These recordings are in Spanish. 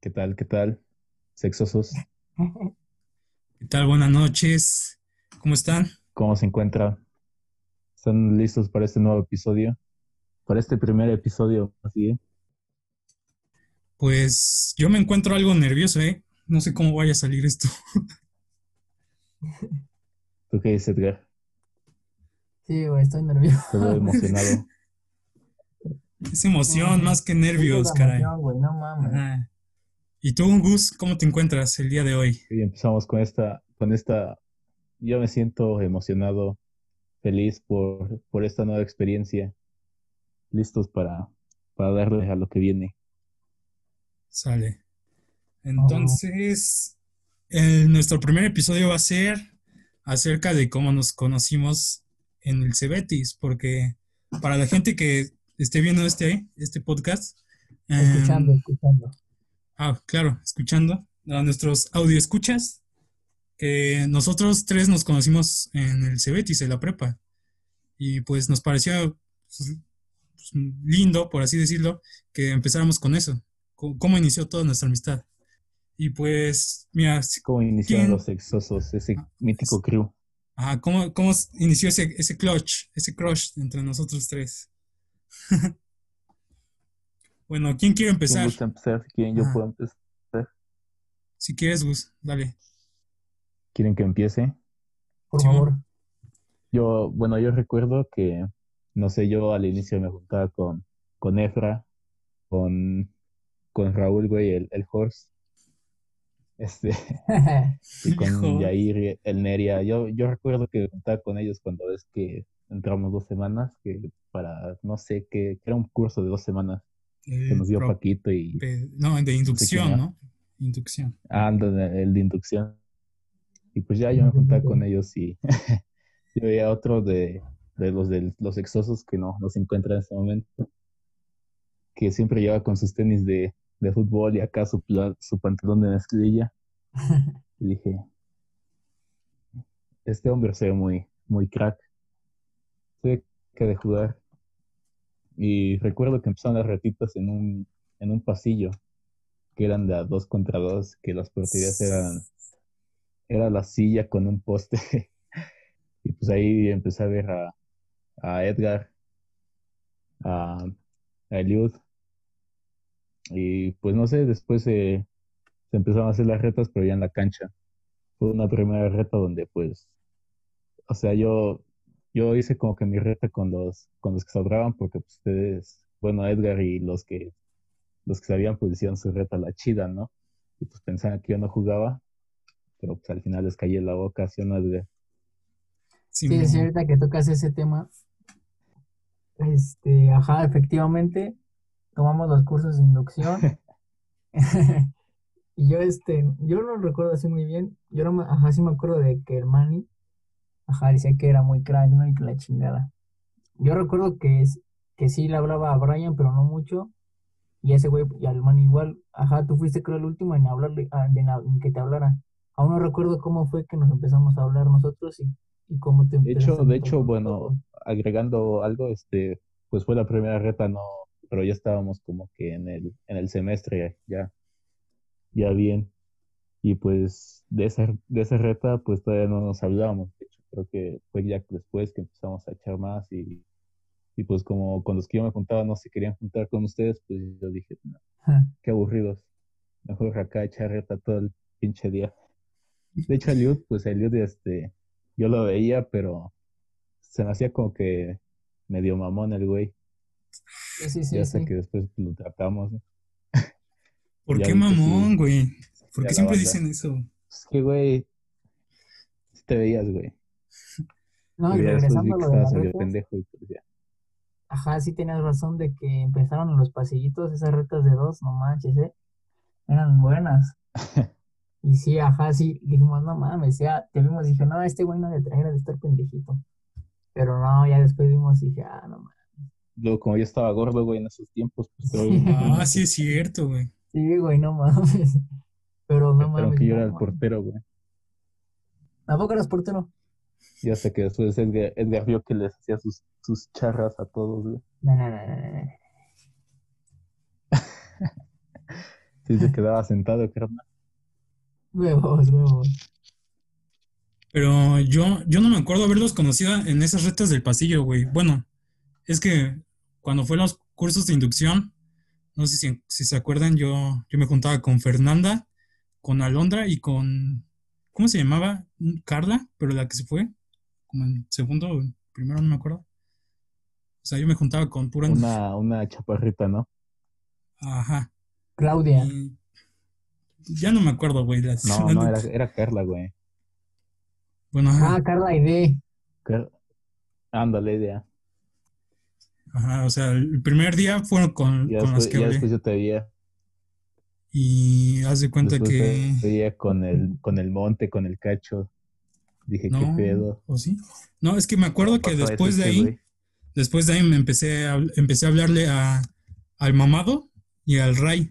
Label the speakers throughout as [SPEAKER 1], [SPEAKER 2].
[SPEAKER 1] ¿Qué tal? ¿Qué tal? Sexosos.
[SPEAKER 2] ¿Qué tal? Buenas noches. ¿Cómo están?
[SPEAKER 1] ¿Cómo se encuentra? ¿Están listos para este nuevo episodio? Para este primer episodio, así. eh?
[SPEAKER 2] Pues yo me encuentro algo nervioso, ¿eh? No sé cómo vaya a salir esto.
[SPEAKER 1] ¿Tú qué dices, Edgar?
[SPEAKER 3] Sí, güey, estoy nervioso.
[SPEAKER 1] Te veo emocionado.
[SPEAKER 2] Es emoción más que nervios,
[SPEAKER 3] Puta
[SPEAKER 2] caray.
[SPEAKER 3] emoción, güey, no mames.
[SPEAKER 2] Ajá. ¿Y tú, Gus, cómo te encuentras el día de hoy?
[SPEAKER 1] Y empezamos con esta, con esta. Yo me siento emocionado, feliz por, por esta nueva experiencia. Listos para, para darles a lo que viene.
[SPEAKER 2] Sale. Entonces, el- nuestro primer episodio va a ser acerca de cómo nos conocimos en el Cebetis, porque para la gente que esté viendo este, este podcast, em,
[SPEAKER 3] Escuchando, escuchando.
[SPEAKER 2] Ah, claro, escuchando a nuestros audio escuchas, que nosotros tres nos conocimos en el Cebetis, en la prepa, y pues nos pareció pues, pues, lindo, por así decirlo, que empezáramos con eso, co- cómo inició toda nuestra amistad. Y pues, mira, si-
[SPEAKER 1] ¿Cómo iniciaron
[SPEAKER 2] ¿Quién?
[SPEAKER 1] los sexosos, ese mítico crew?
[SPEAKER 2] ajá, ¿cómo, cómo s- inició ese, ese clutch, ese crush entre nosotros tres? Bueno, ¿quién quiere
[SPEAKER 1] ¿Quién
[SPEAKER 2] empezar?
[SPEAKER 1] gusta empezar? ¿Quién yo
[SPEAKER 2] Ajá.
[SPEAKER 1] puedo empezar?
[SPEAKER 2] Si quieres, Gus, dale.
[SPEAKER 1] ¿Quieren que empiece?
[SPEAKER 3] Por
[SPEAKER 2] Simón.
[SPEAKER 3] favor.
[SPEAKER 1] Yo, bueno, yo recuerdo que, no sé, yo al inicio me juntaba con, con Efra, con, con Raúl, güey, el, el Horse, este, y con
[SPEAKER 2] Hijo.
[SPEAKER 1] Yair, y el Neria. Yo, yo recuerdo que me juntaba con ellos cuando es que entramos dos semanas, que para, no sé, que, que era un curso de dos semanas que
[SPEAKER 2] El
[SPEAKER 1] nos dio
[SPEAKER 2] pro-
[SPEAKER 1] Paquito y
[SPEAKER 2] Pe- No, de
[SPEAKER 1] era.
[SPEAKER 2] inducción, ¿no? Inducción.
[SPEAKER 1] andan Ah, el de inducción. Y pues ya yo me juntaba con ellos y yo veía otro de, de los de los exosos que no, no se encuentra en este momento, que siempre lleva con sus tenis de, de fútbol y acá su, pla- su pantalón de mezclilla. Y dije, este hombre se ve muy, muy crack. Sé que de jugar. Y recuerdo que empezaron las retitas en un, en un pasillo, que eran de a dos contra dos, que las porterías eran era la silla con un poste. y pues ahí empecé a ver a, a Edgar, a, a Eliud. Y pues no sé, después eh, se empezaron a hacer las retas, pero ya en la cancha. Fue una primera reta donde pues, o sea, yo, yo hice como que mi reta con los, con los que sobraban, porque pues, ustedes, bueno, Edgar y los que, los que sabían, pues hicieron su reta la chida, ¿no? Y pues pensaban que yo no jugaba, pero pues al final les cayó en la boca, ¿sí o no, Edgar?
[SPEAKER 3] Sí,
[SPEAKER 2] Sí, mo-
[SPEAKER 3] es ahorita que tocas ese tema. Este, ajá, efectivamente, tomamos los cursos de inducción. y yo, este, yo no recuerdo así muy bien. Yo no me, ajá, sí me acuerdo de que el Manny, ajá, decía que era muy crack, ¿no? Y que la chingada. Yo recuerdo que, es- que sí le hablaba a Brian, pero no mucho. Y ese güey, y al Manny igual, ajá, tú fuiste creo el último en hablarle, ah, en la- en que te hablara. Aún no recuerdo cómo fue que nos empezamos a hablar nosotros y, y cómo te
[SPEAKER 1] De hecho,
[SPEAKER 3] empezaste
[SPEAKER 1] de
[SPEAKER 3] a
[SPEAKER 1] hecho,
[SPEAKER 3] tocar.
[SPEAKER 1] bueno, agregando algo, este, pues fue la primera reta, no, pero ya estábamos como que en el, en el semestre, ya, ya bien. Y pues de esa, de esa reta, pues todavía no nos hablábamos. De hecho, creo que fue ya después que empezamos a echar más y, y pues como con los que yo me juntaba no se querían juntar con ustedes, pues yo dije, "No,
[SPEAKER 3] Ajá.
[SPEAKER 1] qué aburridos. Mejor acá echar reta todo el pinche día. De hecho, Eliud, pues Eliud, este, yo lo veía, pero se me hacía como que medio mamón el güey.
[SPEAKER 3] Sí, sí,
[SPEAKER 1] ya
[SPEAKER 3] sí,
[SPEAKER 1] hasta
[SPEAKER 3] sí.
[SPEAKER 1] que después lo tratamos. ¿no?
[SPEAKER 2] ¿Por
[SPEAKER 1] ya
[SPEAKER 2] qué
[SPEAKER 1] vi que sí.
[SPEAKER 2] mamón, güey?
[SPEAKER 1] Ya
[SPEAKER 2] ¿Por qué
[SPEAKER 1] la
[SPEAKER 2] siempre
[SPEAKER 1] banda.
[SPEAKER 2] dicen eso?
[SPEAKER 1] Es que, güey, sí te veías, güey.
[SPEAKER 3] No,
[SPEAKER 1] Y
[SPEAKER 3] y
[SPEAKER 1] ya después vi
[SPEAKER 3] regresando a
[SPEAKER 1] que
[SPEAKER 3] lo de las
[SPEAKER 1] estabas medio
[SPEAKER 3] retas,
[SPEAKER 1] pendejo y pues ya.
[SPEAKER 3] ajá, sí tenías razón de que empezaron en los pasillitos, esas retas de dos, no manches, eh. Eran buenas. Y sí, ajá, sí, dijimos, no mames, ya te vimos, dije, no, este güey no le trajeras de estar pendejito. Pero no, ya después vimos y dije, ah, no mames.
[SPEAKER 1] Luego, como yo estaba gordo, güey, en esos tiempos, pues todo bien.
[SPEAKER 2] Ah, sí es cierto, güey.
[SPEAKER 3] Sí, güey, no mames. Pero no
[SPEAKER 1] Pensaron
[SPEAKER 3] mames.
[SPEAKER 1] que yo
[SPEAKER 3] no
[SPEAKER 1] era el
[SPEAKER 3] mames.
[SPEAKER 1] portero, güey.
[SPEAKER 3] Tampoco eras portero.
[SPEAKER 1] Y hasta que después Edgar, Edgar vio que les hacía sus, sus charras a todos, güey.
[SPEAKER 3] No, no, no, no, no.
[SPEAKER 1] Sí, Sí se quedaba sentado, carnal.
[SPEAKER 3] Huevos, huevos.
[SPEAKER 2] Pero yo, yo no me acuerdo haberlos conocido en esas retas del pasillo, güey. Bueno, es que cuando fue los cursos de inducción, no sé si, si se acuerdan, yo, yo me juntaba con Fernanda, con Alondra y con, ¿cómo se llamaba? Carla, pero la que se fue, como en segundo o en primero, no me acuerdo. O sea, yo me juntaba con pura...
[SPEAKER 1] Una, una chaparrita, ¿no?
[SPEAKER 2] Ajá.
[SPEAKER 3] Claudia.
[SPEAKER 2] Y Mm, ya no me acuerdo, güey. las-
[SPEAKER 1] No,
[SPEAKER 2] las-
[SPEAKER 1] no, era, era Carla, güey.
[SPEAKER 2] Bueno, ajá.
[SPEAKER 3] Ah, Carla Aide.
[SPEAKER 1] Car- Ándale, idea.
[SPEAKER 2] Ajá, o sea, el primer día fueron con,
[SPEAKER 1] Ya,
[SPEAKER 2] con las
[SPEAKER 1] después,
[SPEAKER 2] que
[SPEAKER 1] ya
[SPEAKER 2] hablé.
[SPEAKER 1] después yo te veía.
[SPEAKER 2] Y haz de cuenta
[SPEAKER 1] después
[SPEAKER 2] que.
[SPEAKER 1] te veía con el, con el monte, con el cacho. Dije, qué
[SPEAKER 2] No,
[SPEAKER 1] pedo.
[SPEAKER 2] ¿o sí? No, es que me acuerdo que
[SPEAKER 1] Pasó eso,
[SPEAKER 2] después de
[SPEAKER 1] este
[SPEAKER 2] ahí,
[SPEAKER 1] güey.
[SPEAKER 2] después de ahí me empecé a, habl- empecé a hablarle a, al mamado y al Ray.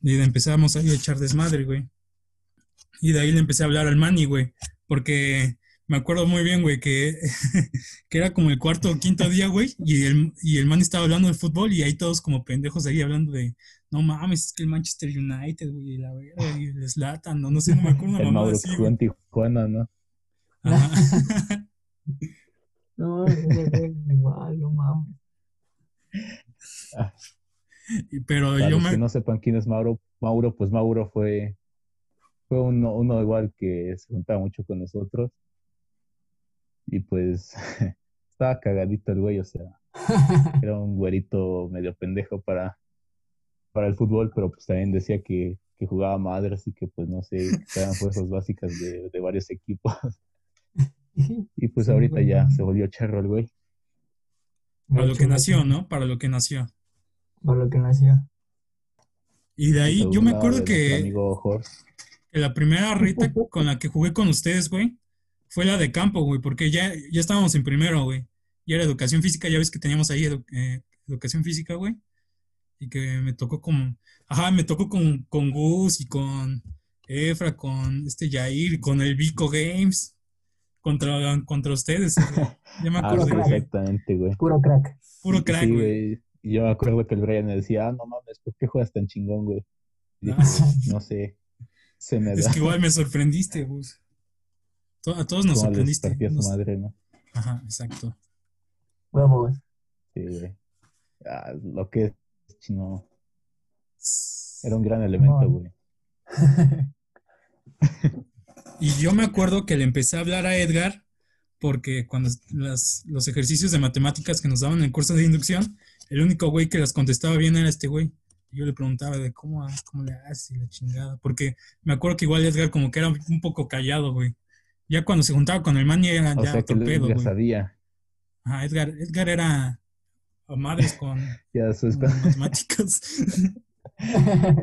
[SPEAKER 2] Y de- empezamos ahí a echar desmadre, güey. Y de ahí le empecé a hablar al Manny, güey. Porque me acuerdo muy bien, güey, que, que era como el cuarto o quinto día, güey. Y el, y el Manny estaba hablando de fútbol y ahí todos como pendejos ahí hablando de, no mames, es que el Manchester United, güey, y la verga, y el Zlatan, no, no sé, no me acuerdo una
[SPEAKER 1] El
[SPEAKER 2] mamada
[SPEAKER 1] Mauro
[SPEAKER 2] así,
[SPEAKER 1] que jugó
[SPEAKER 2] güey.
[SPEAKER 1] en Tijuana, ¿no?
[SPEAKER 2] Ajá.
[SPEAKER 3] No, ese güey, igual, no mames.
[SPEAKER 2] Y- Pero
[SPEAKER 1] Para
[SPEAKER 2] yo
[SPEAKER 1] los
[SPEAKER 2] me...
[SPEAKER 1] que no sepan quién es Mauro, Mauro, pues Mauro fue, fue uno, uno igual que se juntaba mucho con nosotros. Y pues estaba cagadito el güey, o sea, era un güerito medio pendejo para, para el fútbol, pero pues también decía que, que jugaba madre, así que pues no sé, eran fuerzas básicas de, de varios equipos. Y pues
[SPEAKER 3] Sí,
[SPEAKER 1] ahorita
[SPEAKER 3] güey.
[SPEAKER 1] ya se volvió charro el güey.
[SPEAKER 2] Para lo que nació, ¿no? Para lo que nació.
[SPEAKER 3] Para lo que nació.
[SPEAKER 2] Y de ahí
[SPEAKER 1] Se
[SPEAKER 2] yo me
[SPEAKER 1] burlaba
[SPEAKER 2] acuerdo
[SPEAKER 1] de nuestro
[SPEAKER 2] que
[SPEAKER 1] Amigo Jorge.
[SPEAKER 2] que la primera rita con la que jugué con ustedes, güey, fue la de campo, güey, porque ya, ya estábamos en primero, güey. Y era educación física, ya ves que teníamos ahí edu- eh, educación física, güey. Y que me tocó con... Ajá, me tocó con, con Gus y con Efra, con este Jair, con el Vico Games, contra, contra ustedes. güey. Ya me
[SPEAKER 1] Ah,
[SPEAKER 2] acuerdo,
[SPEAKER 1] sí,
[SPEAKER 3] crack.
[SPEAKER 2] güey.
[SPEAKER 1] exactamente, güey.
[SPEAKER 3] Puro crack.
[SPEAKER 2] Puro crack,
[SPEAKER 1] Sí,
[SPEAKER 2] güey.
[SPEAKER 1] güey. Y yo me acuerdo que el Brian me decía, ah, no mames, ¿por qué juegas tan chingón, güey? Y dije,
[SPEAKER 2] Ah.
[SPEAKER 1] no sé, se me da.
[SPEAKER 2] Es que igual me sorprendiste, Gus. To- A todos nos
[SPEAKER 1] Cómo les
[SPEAKER 2] sorprendiste.
[SPEAKER 1] partí a su
[SPEAKER 2] Nos-
[SPEAKER 1] madre, ¿no?
[SPEAKER 2] Ajá, exacto.
[SPEAKER 3] Huevos.
[SPEAKER 1] Sí, güey. Ah, lo que es chino. Era un gran elemento,
[SPEAKER 3] No.
[SPEAKER 1] güey.
[SPEAKER 2] Y yo me acuerdo que le empecé a hablar a Edgar porque cuando las- los ejercicios de matemáticas que nos daban en el curso de inducción, el único güey que las contestaba bien era este güey. Y Yo le preguntaba de cómo, ha- cómo le haces y la chingada. Porque me acuerdo que igual Edgar como que era un poco callado, güey. Ya cuando se juntaba con el man ya era
[SPEAKER 1] O
[SPEAKER 2] Ah, ya
[SPEAKER 1] sea que
[SPEAKER 2] otro
[SPEAKER 1] él
[SPEAKER 2] pedo,
[SPEAKER 1] ya
[SPEAKER 2] güey.
[SPEAKER 1] sabía.
[SPEAKER 2] Ajá, Edgar, Edgar era a madres con,
[SPEAKER 1] Ya después
[SPEAKER 2] con
[SPEAKER 1] cuando,
[SPEAKER 2] matemáticas.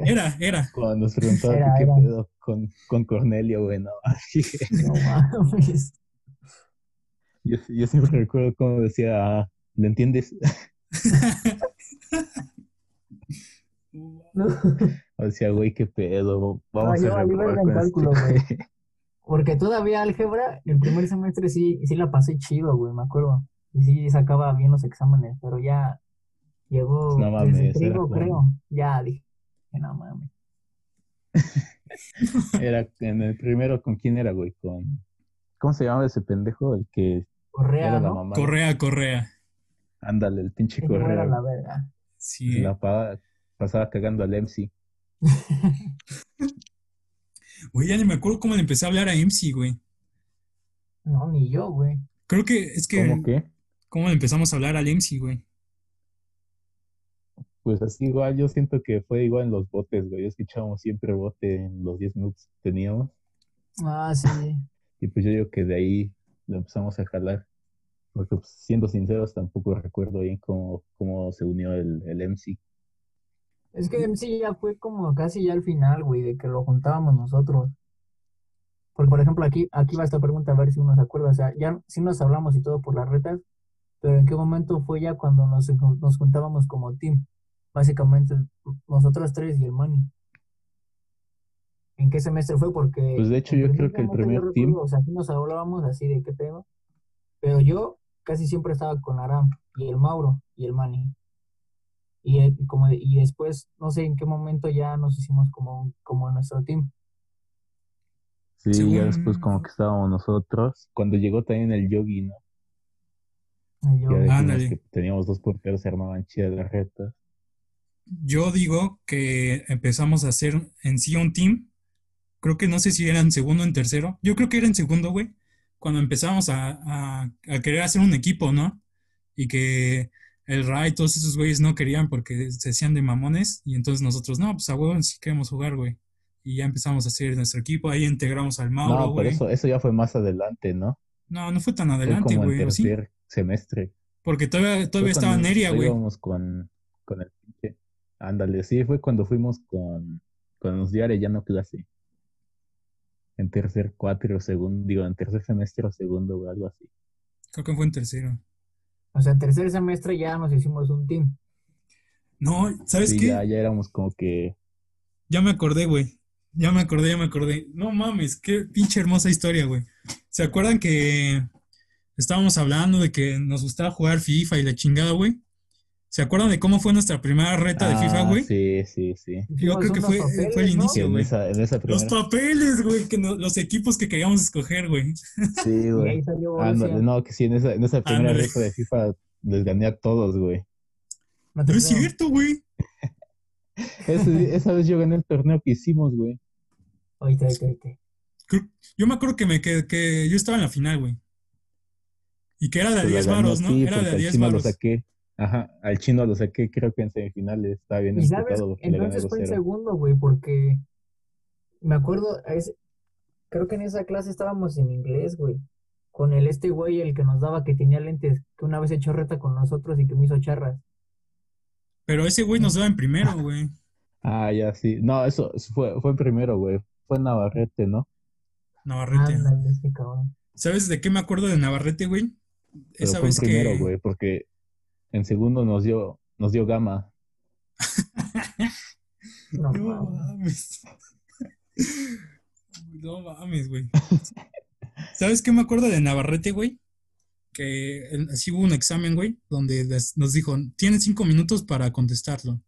[SPEAKER 2] Era, era.
[SPEAKER 1] cuando nos preguntaba
[SPEAKER 3] Era,
[SPEAKER 1] que qué
[SPEAKER 3] era.
[SPEAKER 1] pedo con, con Cornelio, güey, no. Así que
[SPEAKER 3] No mames.
[SPEAKER 1] yo, yo siempre recuerdo cómo decía, ah, ¿le entiendes?
[SPEAKER 3] No.
[SPEAKER 1] O decía, güey, qué pedo, vamos
[SPEAKER 3] No, yo
[SPEAKER 1] a
[SPEAKER 3] valí
[SPEAKER 1] reprobar
[SPEAKER 3] verga
[SPEAKER 1] con este
[SPEAKER 3] en cálculo, güey. Porque todavía álgebra, el primer semestre sí, sí la pasé chido, güey, me acuerdo. Y sí sacaba bien los exámenes, pero ya llegó
[SPEAKER 1] Pues No
[SPEAKER 3] el
[SPEAKER 1] mames, era
[SPEAKER 3] trigo,
[SPEAKER 1] plan.
[SPEAKER 3] creo. Ya dije, que no mames.
[SPEAKER 1] Era en el primero, ¿con quién era, güey? Con... ¿Cómo se llamaba ese pendejo? El que
[SPEAKER 3] Correa,
[SPEAKER 1] era la
[SPEAKER 3] ¿no?
[SPEAKER 1] mamá.
[SPEAKER 2] Correa, correa.
[SPEAKER 1] Ándale, el pinche
[SPEAKER 3] Que fuera
[SPEAKER 1] correo.
[SPEAKER 3] la verga.
[SPEAKER 2] Sí.
[SPEAKER 1] La pa- pasaba cagando al MC.
[SPEAKER 2] Güey, ya ni me acuerdo cómo le empecé a hablar a MC, güey.
[SPEAKER 3] No, ni yo, güey.
[SPEAKER 2] Creo que es que
[SPEAKER 1] ¿Cómo que?
[SPEAKER 2] cómo le empezamos a hablar al MC, güey.
[SPEAKER 1] Pues así igual, yo siento que fue igual en los botes, güey. Escuchábamos siempre bote en los 10 minutos que teníamos.
[SPEAKER 3] Ah, sí.
[SPEAKER 1] Y pues yo digo que de ahí lo empezamos a jalar. Porque pues, siendo sinceros, tampoco recuerdo bien cómo, cómo se unió el, el MC.
[SPEAKER 3] Es que MC ya fue como casi ya al final, güey, de que lo juntábamos nosotros. Porque, por ejemplo, aquí, aquí va esta pregunta, a ver si uno se acuerda. O sea, ya sí nos hablamos y todo por las retas, pero ¿en qué momento fue ya cuando nos, encon- nos juntábamos como team? Básicamente, nosotros tres y el Manny. ¿En qué semestre fue? Porque.
[SPEAKER 1] Pues, de hecho,
[SPEAKER 3] el
[SPEAKER 1] yo creo
[SPEAKER 3] primer
[SPEAKER 1] que el
[SPEAKER 3] semestre yo
[SPEAKER 1] primer team-
[SPEAKER 3] recuerdo, O sea, sí nos hablábamos así de qué tema. Pero yo casi siempre estaba con Aram y el Mauro y el Manny. Y, eh, como, y después, no sé en qué momento ya nos hicimos como, un- como nuestro team.
[SPEAKER 1] Sí, ya
[SPEAKER 2] Según-
[SPEAKER 1] después como que estábamos nosotros. Cuando llegó también el Yogi, ¿no?
[SPEAKER 3] Y yo,
[SPEAKER 1] Ya dijimos
[SPEAKER 2] Ándale.
[SPEAKER 1] que teníamos dos porteros, se armaban chidas las retas.
[SPEAKER 2] Yo digo que empezamos a hacer en sí un team. Creo que no sé si era en segundo o en tercero. Yo creo que era en segundo, güey. Cuando empezamos a, a- a querer hacer un equipo, ¿no? Y que el Ray, todos esos güeyes no querían porque se hacían de mamones. Y entonces nosotros, no, pues a huevo sí queremos jugar, güey. Y ya empezamos a hacer nuestro equipo. Ahí integramos al Mauro,
[SPEAKER 1] no, pero
[SPEAKER 2] Ah, güey.
[SPEAKER 1] eso, eso ya fue más adelante, ¿no?
[SPEAKER 2] No, no fue tan
[SPEAKER 1] Fue
[SPEAKER 2] adelante,
[SPEAKER 1] como en
[SPEAKER 2] güey. ¿o sí?
[SPEAKER 1] tercer semestre.
[SPEAKER 2] Porque todavía,
[SPEAKER 1] Fue
[SPEAKER 2] todavía estaba
[SPEAKER 1] cuando
[SPEAKER 2] Neria, güey.
[SPEAKER 1] Íbamos con, con el pinche. Ándale, sí, fue cuando fuimos con, cuando nos dio Arellano clase. En tercer cuatro o segundo, digo, en tercer semestre o segundo o algo así.
[SPEAKER 2] Creo que fue en tercero.
[SPEAKER 3] o sea, en tercer semestre ya nos hicimos un team.
[SPEAKER 2] No, ¿sabes
[SPEAKER 1] Sí,
[SPEAKER 2] qué?
[SPEAKER 1] ya, ya éramos como que,
[SPEAKER 2] Ya me acordé, güey. Ya me acordé, ya me acordé. No mames, qué pinche hermosa historia, güey. ¿Se acuerdan que estábamos hablando de que nos gustaba jugar FIFA y la chingada, güey? ¿Se acuerdan de cómo fue nuestra primera reta de FIFA,
[SPEAKER 1] Ah,
[SPEAKER 2] güey?
[SPEAKER 1] sí, sí, sí.
[SPEAKER 2] Yo creo que
[SPEAKER 3] Hicimos
[SPEAKER 2] fue,
[SPEAKER 3] unos
[SPEAKER 2] fue el
[SPEAKER 3] papeles, ¿no?
[SPEAKER 1] Que
[SPEAKER 2] inicio,
[SPEAKER 1] en
[SPEAKER 2] güey.
[SPEAKER 1] esa, en esa
[SPEAKER 2] Los
[SPEAKER 1] primera.
[SPEAKER 2] papeles, güey, que no- los equipos que queríamos escoger, güey.
[SPEAKER 1] Sí,
[SPEAKER 3] Y ahí
[SPEAKER 1] güey.
[SPEAKER 3] salió Borussia.
[SPEAKER 1] Ándale, no, que sí, en esa, en esa primera
[SPEAKER 2] Ándale.
[SPEAKER 1] reta de FIFA les gané a todos, güey.
[SPEAKER 3] No te
[SPEAKER 2] No es
[SPEAKER 3] creo.
[SPEAKER 2] cierto, güey.
[SPEAKER 1] Ese- esa vez yo gané el torneo que hicimos, güey.
[SPEAKER 3] Oíste, oíste, oíste.
[SPEAKER 2] Creo- Yo me acuerdo que me que, que yo estaba en la final, güey. Y que era de a
[SPEAKER 1] Te la
[SPEAKER 2] 10
[SPEAKER 1] gané
[SPEAKER 2] varos,
[SPEAKER 1] a
[SPEAKER 2] ¿no?
[SPEAKER 1] ti,
[SPEAKER 2] Era de
[SPEAKER 1] porque
[SPEAKER 2] a
[SPEAKER 1] al
[SPEAKER 2] 10
[SPEAKER 1] chino lo
[SPEAKER 2] varos.
[SPEAKER 1] saqué. Ajá, al chino lo saqué, creo que en semifinales. Estaba bien
[SPEAKER 3] Y sabes,
[SPEAKER 1] emputado porque le gané
[SPEAKER 3] entonces fue en
[SPEAKER 1] 2-0.
[SPEAKER 3] segundo, güey, porque me acuerdo, es- creo que en esa clase estábamos en inglés, güey. Con el este güey, el que nos daba que tenía lentes, que una vez echó reta con nosotros y que me hizo charras.
[SPEAKER 2] Pero ese güey nos daba en primero, güey.
[SPEAKER 1] Ah, ya, sí. No, eso eso fue, fue primero, güey. Fue Navarrete, ¿no?
[SPEAKER 2] Navarrete.
[SPEAKER 3] Ándale, este cabrón.
[SPEAKER 2] ¿Sabes de qué me acuerdo de Navarrete, güey?
[SPEAKER 1] Pero
[SPEAKER 2] Esa
[SPEAKER 1] fue
[SPEAKER 2] vez
[SPEAKER 1] primero,
[SPEAKER 2] que.
[SPEAKER 1] güey, porque en segundo nos dio, nos dio gama.
[SPEAKER 3] No,
[SPEAKER 2] No
[SPEAKER 3] mames.
[SPEAKER 2] mames. No mames, güey. ¿Sabes qué me acuerdo de Navarrete, güey? Que el- así hubo un examen, güey, donde les- nos dijo, tienen cinco minutos para contestarlo.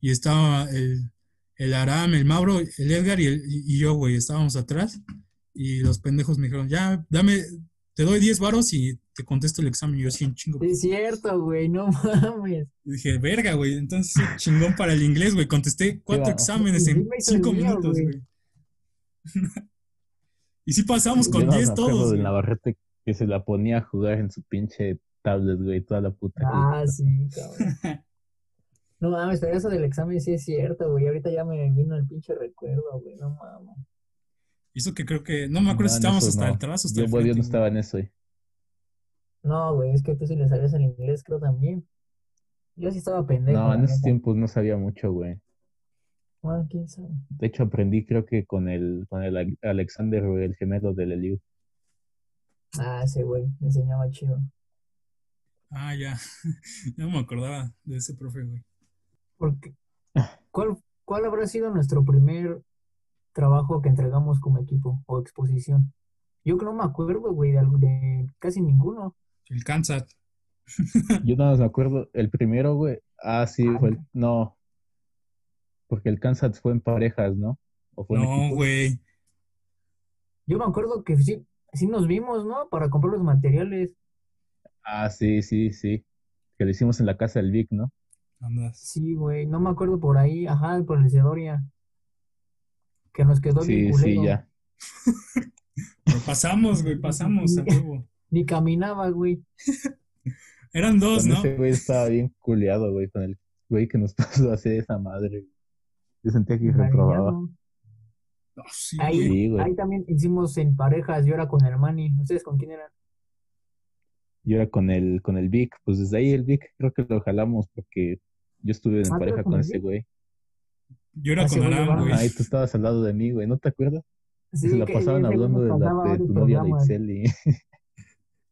[SPEAKER 2] Y estaba el, el Aram, el Mauro, el Edgar y, el- y- y yo, güey, estábamos atrás. Y los pendejos me dijeron, ya, dame, te doy 10 varos y te contesto el examen. Y yo así, chingo,
[SPEAKER 3] Sí, Es cierto, güey, no mames.
[SPEAKER 2] Y dije, verga, güey. Entonces, sí, chingón para el inglés, güey. Contesté cuatro
[SPEAKER 1] va.
[SPEAKER 2] exámenes
[SPEAKER 3] Y sí
[SPEAKER 2] en
[SPEAKER 3] me hizo el
[SPEAKER 2] cinco
[SPEAKER 3] mío,
[SPEAKER 2] minutos,
[SPEAKER 3] güey.
[SPEAKER 2] güey. y sí pasamos
[SPEAKER 1] Yo
[SPEAKER 2] con
[SPEAKER 1] nada más
[SPEAKER 2] 10
[SPEAKER 1] me acuerdo
[SPEAKER 2] todos.
[SPEAKER 1] del
[SPEAKER 2] güey.
[SPEAKER 1] Navarrete que se la ponía a jugar en su pinche tablet, güey, toda la puta.
[SPEAKER 3] Ah, sí, cabrón. No mames, pero eso del examen sí es cierto, güey. Ahorita ya me vino el pinche recuerdo, güey, no mames.
[SPEAKER 2] Y Eso que creo que. No me acuerdo si
[SPEAKER 1] No, en
[SPEAKER 2] estábamos
[SPEAKER 1] eso
[SPEAKER 2] hasta
[SPEAKER 1] no.
[SPEAKER 2] atrás o hasta
[SPEAKER 1] Yo,
[SPEAKER 2] el
[SPEAKER 1] güey, yo no
[SPEAKER 2] frente, güey.
[SPEAKER 1] estaba en eso, güey.
[SPEAKER 3] No, güey, es que tú sí le sabías el inglés, creo también. Yo sí estaba pendejo.
[SPEAKER 1] No,
[SPEAKER 3] la
[SPEAKER 1] en esos
[SPEAKER 3] neta.
[SPEAKER 1] tiempos no sabía mucho, güey.
[SPEAKER 3] Bueno, quién sabe.
[SPEAKER 1] De hecho, aprendí creo que con el, con el Ale- Alexander, güey, el gemelo del Eliu.
[SPEAKER 3] Ah, ese güey, me enseñaba chido.
[SPEAKER 2] Ah, ya. ya me acordaba de ese profe, güey.
[SPEAKER 3] Porque, ¿cuál, ¿Cuál habrá sido nuestro primer trabajo que entregamos como equipo o exposición? Yo que no me acuerdo, güey, de, algo- de casi ninguno.
[SPEAKER 2] El Kansas.
[SPEAKER 1] Yo nada más me acuerdo, el primero, güey. Ah, sí,
[SPEAKER 3] Ah,
[SPEAKER 1] fue el, no. Porque el Kansas fue en parejas, ¿no? ¿O fue en
[SPEAKER 2] No,
[SPEAKER 1] equipos?
[SPEAKER 2] güey.
[SPEAKER 3] Yo me acuerdo que sí, sí nos vimos, ¿no? Para comprar los materiales.
[SPEAKER 1] Ah, sí, sí, sí. Que lo hicimos en la casa del Vic, ¿no?
[SPEAKER 2] Andas.
[SPEAKER 3] Sí, güey, no me acuerdo por ahí, ajá, por el Cedoria. Que nos quedó bien
[SPEAKER 1] Sí, sí,
[SPEAKER 3] culero.
[SPEAKER 1] ya.
[SPEAKER 2] Pero pasamos, güey. Pasamos a huevo.
[SPEAKER 3] Ni caminaba, güey.
[SPEAKER 2] Eran dos,
[SPEAKER 1] Con
[SPEAKER 2] ¿no?
[SPEAKER 1] ese güey estaba bien culeado, güey, con el güey que nos pasó a hacer esa madre. güey. Yo sentía que reprobaba.
[SPEAKER 3] Arañado.
[SPEAKER 2] Ah, sí,
[SPEAKER 3] Ahí,
[SPEAKER 2] güey.
[SPEAKER 1] Sí, güey.
[SPEAKER 3] ahí también hicimos en parejas, yo era con el Manny. ¿Ustedes con quién eran?
[SPEAKER 1] Yo era con el, con el Vic, pues desde ahí el Vic creo que lo jalamos porque yo estuve en
[SPEAKER 3] Ah, ¿tú
[SPEAKER 1] pareja
[SPEAKER 3] eras con
[SPEAKER 1] con
[SPEAKER 3] el
[SPEAKER 1] ese
[SPEAKER 3] Vic?
[SPEAKER 1] güey.
[SPEAKER 2] Yo era
[SPEAKER 3] Ah,
[SPEAKER 2] con
[SPEAKER 3] sí, güey,
[SPEAKER 2] Aram,
[SPEAKER 3] llevaron
[SPEAKER 2] güey.
[SPEAKER 1] Ajá, y tú estabas al lado de mí, güey, ¿no te acuerdas? se
[SPEAKER 3] Sí,
[SPEAKER 1] la
[SPEAKER 3] que
[SPEAKER 1] pasaban
[SPEAKER 3] ese güey
[SPEAKER 1] hablando
[SPEAKER 3] nos
[SPEAKER 1] de, la-
[SPEAKER 3] pasaba
[SPEAKER 1] de
[SPEAKER 3] varios
[SPEAKER 1] tu novia de
[SPEAKER 3] programas.
[SPEAKER 1] Itzel y...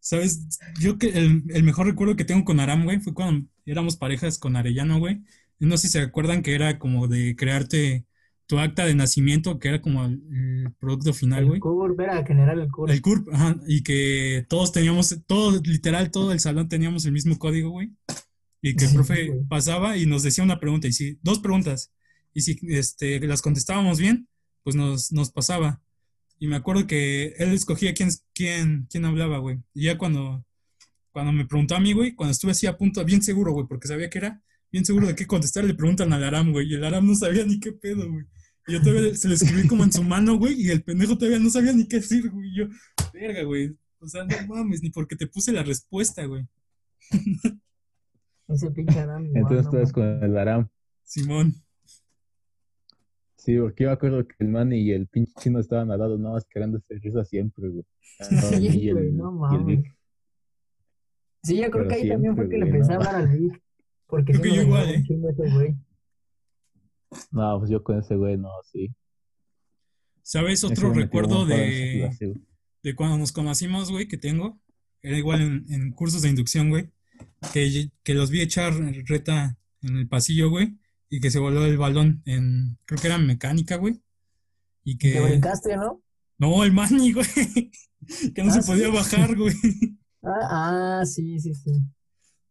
[SPEAKER 2] ¿Sabes? Yo que el, el mejor recuerdo que tengo con Aram, güey, fue cuando éramos parejas con Arellano, güey. No sé si se acuerdan que era como de crearte tu acta de nacimiento, que era como el, el producto final,
[SPEAKER 3] El
[SPEAKER 2] güey.
[SPEAKER 3] curb era general el curb.
[SPEAKER 2] El CURP, ajá, y que todos teníamos, todo, literal, todo el salón teníamos el mismo código, güey. Y que el
[SPEAKER 3] Sí,
[SPEAKER 2] profe
[SPEAKER 3] güey.
[SPEAKER 2] pasaba y nos decía una pregunta, y si, dos preguntas. Y si este, las contestábamos bien, pues nos, nos pasaba. Y me acuerdo que él escogía quién, quién, quién hablaba, güey. Y ya cuando, cuando me preguntó a mí, güey, cuando estuve así a punto, bien seguro, güey, porque sabía que era bien seguro de qué contestar, le preguntan al Aram, güey. Y el Aram no sabía ni qué pedo, güey. Y yo todavía se lo escribí como en su mano, güey, y el pendejo todavía no sabía ni qué decir, güey. Y Yo, verga, güey. O sea, no mames, ni porque te puse la respuesta, güey.
[SPEAKER 3] Ese pinche Aram. igual,
[SPEAKER 1] Entonces
[SPEAKER 3] no
[SPEAKER 1] tú eres
[SPEAKER 3] mames.
[SPEAKER 1] con el Aram.
[SPEAKER 2] Simón.
[SPEAKER 1] Sí, porque yo me acuerdo que el Manny y el pinche chino estaban al lado, nada más cagándose de risa siempre, güey. Ah,
[SPEAKER 3] Sí,
[SPEAKER 1] y el-
[SPEAKER 3] güey, no
[SPEAKER 1] y el Vic.
[SPEAKER 3] mames. Sí, yo creo
[SPEAKER 1] Pero
[SPEAKER 3] que ahí también fue
[SPEAKER 1] siempre,
[SPEAKER 3] que le
[SPEAKER 1] güey,
[SPEAKER 3] empecé a
[SPEAKER 1] no.
[SPEAKER 3] hablar al Vic. Porque sí
[SPEAKER 2] Creo que
[SPEAKER 3] me
[SPEAKER 2] yo igual,
[SPEAKER 3] gustaba
[SPEAKER 2] ¿eh?
[SPEAKER 3] un chingo ese güey.
[SPEAKER 1] No, pues yo con ese güey, no, sí.
[SPEAKER 2] ¿Sabes?
[SPEAKER 1] Ese
[SPEAKER 2] Otro
[SPEAKER 1] güey me tiró
[SPEAKER 2] recuerdo
[SPEAKER 1] un paro en esa
[SPEAKER 2] de,
[SPEAKER 1] clase, güey.
[SPEAKER 2] de cuando nos conocimos, güey, que tengo. Era igual en, en cursos de inducción, güey. Que, ll- que los vi echar reta en el pasillo, güey. Y que se voló el balón en, creo que era en mecánica, güey. Y
[SPEAKER 3] Te
[SPEAKER 2] que...
[SPEAKER 3] brincaste, ¿no?
[SPEAKER 2] No, el mani, güey. Que no
[SPEAKER 3] Ah,
[SPEAKER 2] se
[SPEAKER 3] sí.
[SPEAKER 2] podía bajar, güey.
[SPEAKER 3] Ah, ah, sí, sí, sí.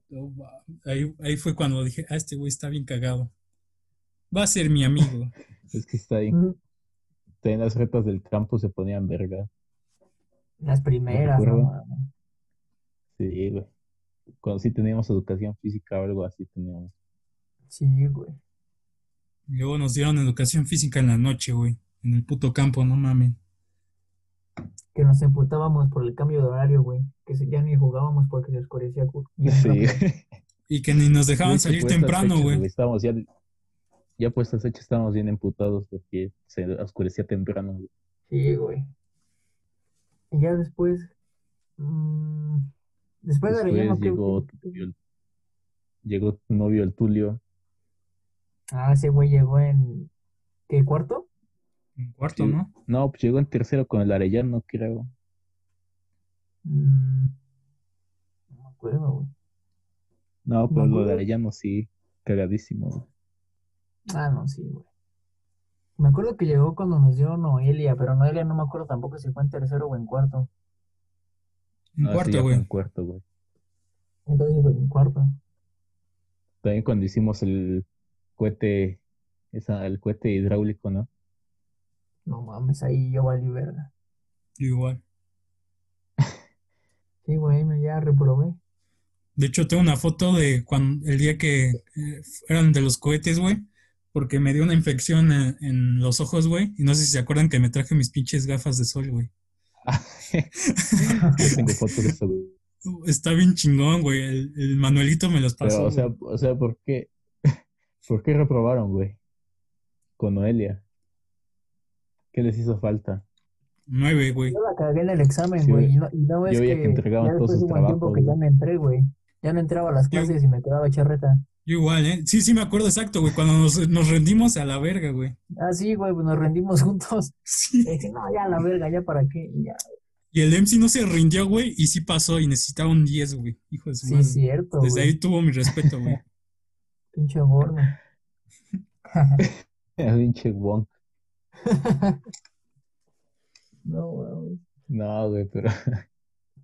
[SPEAKER 2] No, va. Ahí, ahí fue cuando dije, ah, este güey está bien cagado. Va a ser mi amigo.
[SPEAKER 1] Es que está ahí.
[SPEAKER 3] Mm,
[SPEAKER 1] En las retas del campo se ponían verga.
[SPEAKER 3] Las primeras,
[SPEAKER 1] No
[SPEAKER 3] no
[SPEAKER 1] recuerdo.
[SPEAKER 3] mames.
[SPEAKER 1] Sí, güey. Cuando sí teníamos educación física o algo así teníamos.
[SPEAKER 3] Sí, güey.
[SPEAKER 2] Y Luego nos dieron educación física en la noche, güey. En el puto campo, no mames.
[SPEAKER 3] Que nos emputábamos por el cambio de horario, güey. Que se- ya ni jugábamos porque se oscurecía. cu- bien
[SPEAKER 1] Sí,
[SPEAKER 3] rápido.
[SPEAKER 1] güey.
[SPEAKER 2] Y que ni nos
[SPEAKER 1] De
[SPEAKER 2] dejaban
[SPEAKER 1] hecho,
[SPEAKER 2] salir
[SPEAKER 1] por estas
[SPEAKER 2] temprano,
[SPEAKER 1] fechas,
[SPEAKER 2] güey.
[SPEAKER 1] Estábamos ya, ya por estas fechas estábamos bien emputados porque se oscurecía temprano. güey.
[SPEAKER 3] Sí, güey. Y ya después. mm, después de Arellano,
[SPEAKER 1] Después
[SPEAKER 3] creo
[SPEAKER 1] llegó,
[SPEAKER 3] que-
[SPEAKER 1] tu novio, el- llegó tu novio, el Tulio.
[SPEAKER 3] Ah, ese güey llegó en. ¿Qué cuarto?
[SPEAKER 2] En cuarto,
[SPEAKER 1] Sí.
[SPEAKER 2] ¿no?
[SPEAKER 1] No, pues llegó en tercero con el Arellano, creo.
[SPEAKER 3] Mm, no me acuerdo, güey.
[SPEAKER 1] No, pero
[SPEAKER 3] No,
[SPEAKER 1] lo de
[SPEAKER 3] güey.
[SPEAKER 1] Arellano sí, cagadísimo. güey.
[SPEAKER 3] Ah, no, sí, güey. Me acuerdo que llegó cuando nos dio Noelia, pero Noelia no me acuerdo tampoco si fue en tercero o en cuarto.
[SPEAKER 2] En
[SPEAKER 1] No, ese Ah, ya
[SPEAKER 2] cuarto,
[SPEAKER 1] fue
[SPEAKER 2] güey.
[SPEAKER 1] En cuarto, güey.
[SPEAKER 3] Entonces fue en cuarto.
[SPEAKER 1] También cuando hicimos el cohete, esa, el cohete hidráulico, ¿no?
[SPEAKER 3] No mames, ahí yo valí verga.
[SPEAKER 2] Igual.
[SPEAKER 3] Sí, güey, me ya reprobé.
[SPEAKER 2] De hecho, tengo una foto de cuando el día que eh, eran de los cohetes, güey. Porque me dio una infección en, en los ojos, güey. Y no sé si se acuerdan que me traje mis pinches gafas de sol, güey.
[SPEAKER 1] Yo tengo fotos de eso, güey.
[SPEAKER 2] Uh, Está bien chingón, güey. El, el Manuelito me las
[SPEAKER 1] Pero,
[SPEAKER 2] pasó.
[SPEAKER 1] o sea,
[SPEAKER 2] güey.
[SPEAKER 1] o sea, ¿por qué? ¿Por qué reprobaron, güey? Con Noelia. ¿Qué les hizo falta?
[SPEAKER 2] Nueve, güey.
[SPEAKER 3] Yo la cagué en el examen,
[SPEAKER 1] Sí,
[SPEAKER 3] güey.
[SPEAKER 1] güey.
[SPEAKER 3] Y no, y no es
[SPEAKER 1] Yo veía
[SPEAKER 3] que,
[SPEAKER 1] que entregaban
[SPEAKER 3] ya
[SPEAKER 1] todos
[SPEAKER 3] después
[SPEAKER 1] sus
[SPEAKER 3] hubo un tiempo
[SPEAKER 1] trabajos,
[SPEAKER 3] que ya
[SPEAKER 1] güey.
[SPEAKER 3] no entré, güey. Ya no entraba a las
[SPEAKER 2] Yo-
[SPEAKER 3] clases y me quedaba charreta.
[SPEAKER 2] Yo igual, ¿eh? Sí, sí, me acuerdo exacto, güey. Cuando nos, nos rendimos a la verga, güey.
[SPEAKER 3] Ah, sí, güey, pues nos rendimos juntos.
[SPEAKER 2] Sí.
[SPEAKER 3] Le dije, no, ya la verga, ya para qué. y ya.
[SPEAKER 2] Y el MC no se rindió, güey. Y sí pasó y necesitaba un 10, güey. Hijo de su
[SPEAKER 3] Sí,
[SPEAKER 1] Mm,
[SPEAKER 2] madre.
[SPEAKER 3] es cierto,
[SPEAKER 2] Desde
[SPEAKER 3] güey.
[SPEAKER 2] ahí tuvo mi respeto, güey.
[SPEAKER 3] Pinche gordo.
[SPEAKER 1] El pinche Wong.
[SPEAKER 3] No, güey.
[SPEAKER 1] No, güey, pero.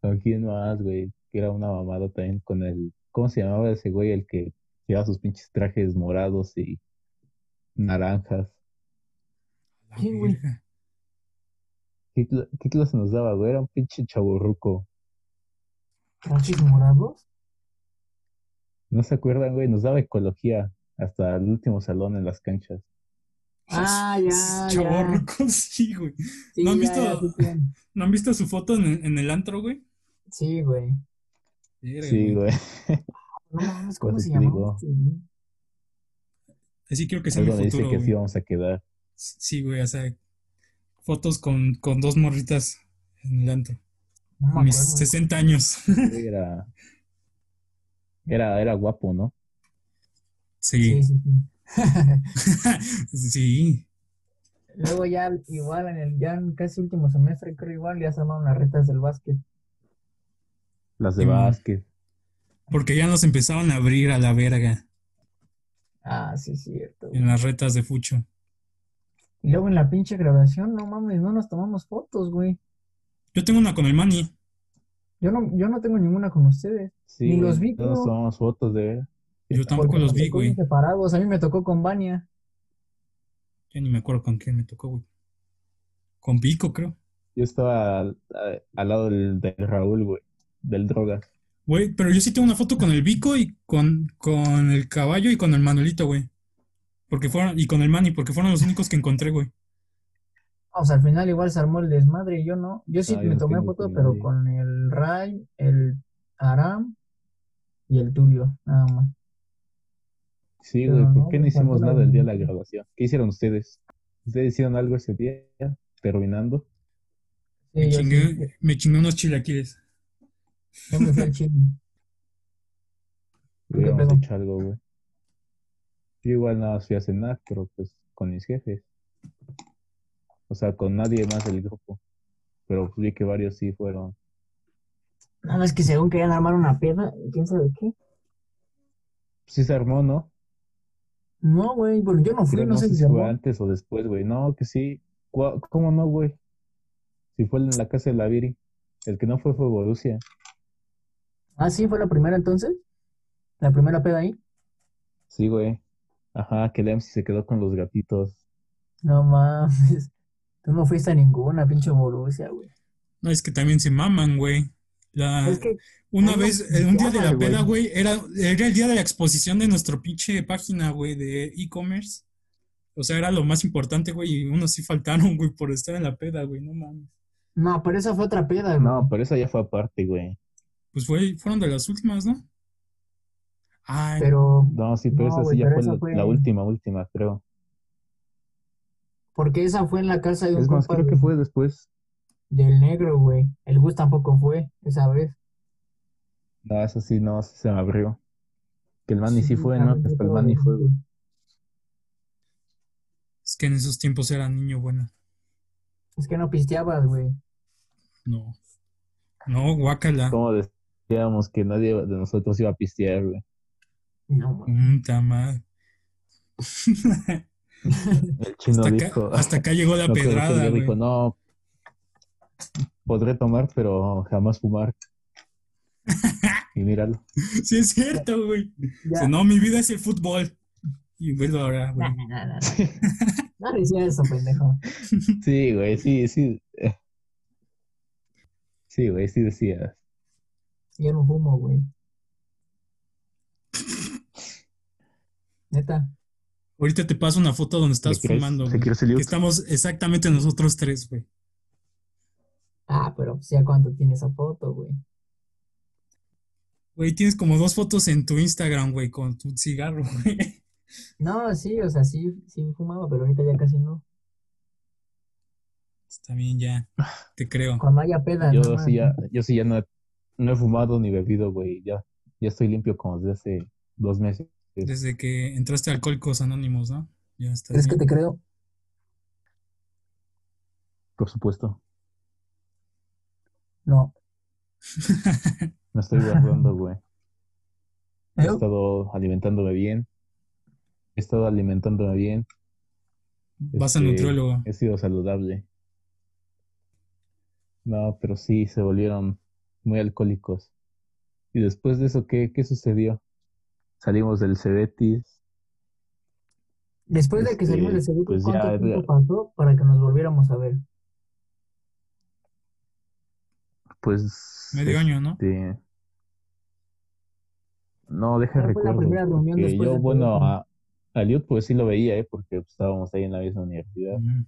[SPEAKER 1] ¿Con quién más, güey? Que era una mamada también con el. ¿Cómo se llamaba ese güey? El que llevaba sus pinches trajes morados y naranjas.
[SPEAKER 2] La
[SPEAKER 3] Sí, güey.
[SPEAKER 2] verga.
[SPEAKER 1] ¿Qué, cla- qué clase nos daba, güey? Era un pinche chaborruco.
[SPEAKER 3] ¿Trajes morados?
[SPEAKER 1] ¿No se acuerdan, güey? Nos daba ecología hasta el último salón en las canchas.
[SPEAKER 3] Ah, ya, ya.
[SPEAKER 2] Chaborruco, sí, güey.
[SPEAKER 3] Sí,
[SPEAKER 2] ¿No han
[SPEAKER 3] ya,
[SPEAKER 2] visto?
[SPEAKER 3] ya, sí, sí.
[SPEAKER 2] ¿No han visto su foto en, en el antro, güey?
[SPEAKER 3] Sí, güey.
[SPEAKER 2] Verga,
[SPEAKER 1] Sí, güey.
[SPEAKER 3] No mames, ¿cómo
[SPEAKER 1] Pues
[SPEAKER 3] se
[SPEAKER 1] te
[SPEAKER 3] llamaba
[SPEAKER 1] digo.
[SPEAKER 3] este, güey?
[SPEAKER 2] Así creo que sea
[SPEAKER 1] Es
[SPEAKER 2] mi
[SPEAKER 1] donde dice
[SPEAKER 2] futuro,
[SPEAKER 1] que
[SPEAKER 2] güey.
[SPEAKER 1] sí íbamos a quedar.
[SPEAKER 2] Sí, güey, o sea, fotos con, con dos morritas en el antro.
[SPEAKER 3] No me
[SPEAKER 2] Mis
[SPEAKER 3] acuerdo.
[SPEAKER 2] 60 años.
[SPEAKER 1] Era, era, era guapo, ¿no?
[SPEAKER 2] Sí.
[SPEAKER 3] Sí, sí, sí.
[SPEAKER 2] Sí.
[SPEAKER 3] Luego ya igual en el ya en casi último semestre creo igual ya se armaron las retas del básquet.
[SPEAKER 1] Las de
[SPEAKER 3] Mm.
[SPEAKER 2] Simón.
[SPEAKER 1] básquet.
[SPEAKER 2] Porque ya nos empezaban a abrir a la verga
[SPEAKER 3] Ah, sí, cierto. güey.
[SPEAKER 2] en las retas de Fucho.
[SPEAKER 3] Y luego en la pinche grabación, no mames, no nos tomamos fotos, güey.
[SPEAKER 2] Yo tengo una con el Manny.
[SPEAKER 3] Yo no, yo no tengo ninguna con ustedes.
[SPEAKER 1] Sí,
[SPEAKER 3] Ni
[SPEAKER 1] güey,
[SPEAKER 3] los vi,
[SPEAKER 1] todos
[SPEAKER 3] creo.
[SPEAKER 1] tomamos fotos de él.
[SPEAKER 2] Yo tampoco
[SPEAKER 3] Porque
[SPEAKER 2] los
[SPEAKER 3] me
[SPEAKER 2] vi,
[SPEAKER 3] tocó bien
[SPEAKER 2] güey.
[SPEAKER 3] separados. A mí me tocó con Vania.
[SPEAKER 2] Ya ni me acuerdo con quién me tocó, güey. Con Pico, creo.
[SPEAKER 1] Yo estaba al, a- al lado del, del Raúl, güey, del Drogas.
[SPEAKER 2] Güey, pero yo sí tengo una foto con el Vico y con, con el caballo y con el Manuelito, güey. Porque fueron, y con el Manny, porque fueron los únicos que encontré, güey.
[SPEAKER 3] O sea, al final igual se armó el desmadre y yo no. Yo sí
[SPEAKER 1] Ah, yo
[SPEAKER 3] me
[SPEAKER 1] no
[SPEAKER 3] tomé
[SPEAKER 1] tengo
[SPEAKER 3] foto,
[SPEAKER 1] con
[SPEAKER 3] pero
[SPEAKER 1] nadie.
[SPEAKER 3] con el Ray, el Aram y el Tulio, nada más.
[SPEAKER 1] Sí,
[SPEAKER 3] Pero
[SPEAKER 1] güey, ¿por
[SPEAKER 3] no,
[SPEAKER 1] qué no
[SPEAKER 3] me
[SPEAKER 1] hicimos
[SPEAKER 3] faltó la
[SPEAKER 1] nada el día de la
[SPEAKER 3] niña.
[SPEAKER 1] grabación? ¿Qué hicieron ustedes? ¿Ustedes hicieron algo ese día terminando?
[SPEAKER 3] Sí,
[SPEAKER 2] Me
[SPEAKER 3] yo sí,
[SPEAKER 2] chingué,
[SPEAKER 3] yo-
[SPEAKER 2] me chingué unos chilaquiles.
[SPEAKER 3] yo me fui al chile. ¿Tú qué
[SPEAKER 1] Hubiéramos
[SPEAKER 3] pedo?
[SPEAKER 1] hecho algo, güey. Yo igual nada más fui a cenar, pero pues con mis jefes. O sea, con nadie más del grupo. Pero pues, vi que varios sí fueron.
[SPEAKER 3] Nada, es que según querían armar una peda, quién sabe qué.
[SPEAKER 1] Pues, Sí se armó, ¿no?
[SPEAKER 3] No, güey, bueno, yo no fui,
[SPEAKER 1] Creo,
[SPEAKER 3] no sé si se
[SPEAKER 1] fue
[SPEAKER 3] armó.
[SPEAKER 1] antes o después, güey. No, que sí. Cu- ¿Cómo no, güey? Si fue en la casa de la Viri. El que no fue fue Borussia.
[SPEAKER 3] Ah, sí, fue la primera entonces. La primera peda ahí.
[SPEAKER 1] Sí, güey. Ajá, que Lemsi se quedó con los gatitos.
[SPEAKER 3] No mames. Tú no fuiste a ninguna, pinche Borussia, güey.
[SPEAKER 2] No, es que también se maman, güey. La,
[SPEAKER 3] Es que
[SPEAKER 2] una
[SPEAKER 3] algo
[SPEAKER 2] vez, eh, un día de la
[SPEAKER 3] llaman, güey.
[SPEAKER 2] peda, güey, era, era el día de la exposición de nuestro pinche página, güey, de e-commerce. O sea, era lo más importante, güey, y unos sí faltaron, güey, por estar en la peda, güey, no mames.
[SPEAKER 3] No, pero esa fue otra peda, güey.
[SPEAKER 1] No, pero esa ya fue aparte, güey.
[SPEAKER 2] Pues fue, fueron de las últimas, ¿no? Ay,
[SPEAKER 3] Pero,
[SPEAKER 1] No, sí, pero
[SPEAKER 3] No,
[SPEAKER 1] esa sí
[SPEAKER 3] güey,
[SPEAKER 1] ya
[SPEAKER 3] pero
[SPEAKER 1] fue
[SPEAKER 3] esa
[SPEAKER 1] la,
[SPEAKER 3] fue-
[SPEAKER 1] la última, última, creo.
[SPEAKER 3] porque esa fue en la casa de un
[SPEAKER 1] Es más,
[SPEAKER 3] compa
[SPEAKER 1] creo que
[SPEAKER 3] de-
[SPEAKER 1] fue después.
[SPEAKER 3] del negro, güey. El Gus tampoco fue esa vez.
[SPEAKER 1] No, esa sí, no, sí se me abrió. Que el Manny sí, fue,
[SPEAKER 3] la
[SPEAKER 1] ¿no? Que
[SPEAKER 3] vez
[SPEAKER 1] hasta
[SPEAKER 3] yo
[SPEAKER 1] el
[SPEAKER 3] estaba
[SPEAKER 1] Manny
[SPEAKER 3] dormido,
[SPEAKER 1] fue, güey.
[SPEAKER 2] es que en esos tiempos era niño bueno.
[SPEAKER 3] Es que no pisteabas, güey.
[SPEAKER 2] No. No, guácala.
[SPEAKER 1] Como decíamos que nadie de nosotros iba a pistear, güey.
[SPEAKER 3] No, güey.
[SPEAKER 2] Puta madre.
[SPEAKER 1] El chino
[SPEAKER 2] hasta, acá,
[SPEAKER 1] dijo.
[SPEAKER 2] hasta acá llegó la
[SPEAKER 1] me acuerdo que un
[SPEAKER 2] pedrada,
[SPEAKER 1] día
[SPEAKER 2] güey.
[SPEAKER 1] dijo, no, podré tomar, pero jamás fumar. y míralo.
[SPEAKER 2] Sí, es cierto, güey.
[SPEAKER 3] Ya.
[SPEAKER 2] Dice, no, mi vida es el fútbol. Y velo ahora, güey.
[SPEAKER 3] No, no, no, no. No decía eso, pendejo.
[SPEAKER 1] Sí, güey, sí, sí. Sí, güey, sí decías.
[SPEAKER 3] Yo no fumo, güey. Neta.
[SPEAKER 2] Ahorita te paso una foto donde estás
[SPEAKER 1] ¿Le crees?
[SPEAKER 2] fumando,
[SPEAKER 1] ¿Se
[SPEAKER 2] güey.
[SPEAKER 1] quiere salir?
[SPEAKER 2] Que estamos exactamente nosotros tres, güey.
[SPEAKER 3] Ah, pero pues ya cuánto tiene esa foto, güey.
[SPEAKER 2] Güey, tienes como dos fotos en tu Instagram, güey, con tu cigarro, güey.
[SPEAKER 3] No, sí, o sea, sí, sí fumaba, pero ahorita ya casi no.
[SPEAKER 2] También ya, te creo.
[SPEAKER 3] Cuando haya peda,
[SPEAKER 1] Yo
[SPEAKER 3] no
[SPEAKER 1] sí ya,
[SPEAKER 3] mames.
[SPEAKER 1] yo sí ya no he, no he fumado ni bebido, güey. Ya, ya estoy limpio como desde hace dos meses.
[SPEAKER 2] Desde que entraste a Alcohólicos Anónimos, ¿no? Ya estás
[SPEAKER 3] Es que
[SPEAKER 2] bien.
[SPEAKER 3] te creo.
[SPEAKER 1] Por supuesto.
[SPEAKER 3] No.
[SPEAKER 1] Me estoy guardando, güey. He
[SPEAKER 3] ¿Eh?
[SPEAKER 1] estado alimentándome bien. He estado alimentándome bien.
[SPEAKER 2] Vas al
[SPEAKER 1] Este,
[SPEAKER 2] nutriólogo.
[SPEAKER 1] He sido saludable. No, pero sí, se volvieron muy alcohólicos. Y después de eso, ¿qué, qué sucedió? Salimos del Cebetis.
[SPEAKER 3] Después de que salimos del
[SPEAKER 1] Este,
[SPEAKER 3] seguro,
[SPEAKER 1] pues ya,
[SPEAKER 3] ¿cuánto tiempo
[SPEAKER 1] ya.
[SPEAKER 3] pasó para que nos volviéramos a ver?
[SPEAKER 1] Pues.
[SPEAKER 2] Medio año, ¿no?
[SPEAKER 1] este, No, deja
[SPEAKER 3] ¿Cuál fue la
[SPEAKER 1] recuerdo.
[SPEAKER 3] primera reunión
[SPEAKER 1] porque
[SPEAKER 3] después
[SPEAKER 1] yo,
[SPEAKER 3] de tu
[SPEAKER 1] bueno, ah,
[SPEAKER 3] viaje?
[SPEAKER 1] a, a Liud, pues sí lo veía, ¿eh? Porque pues, estábamos ahí en la misma universidad.
[SPEAKER 2] Ujú.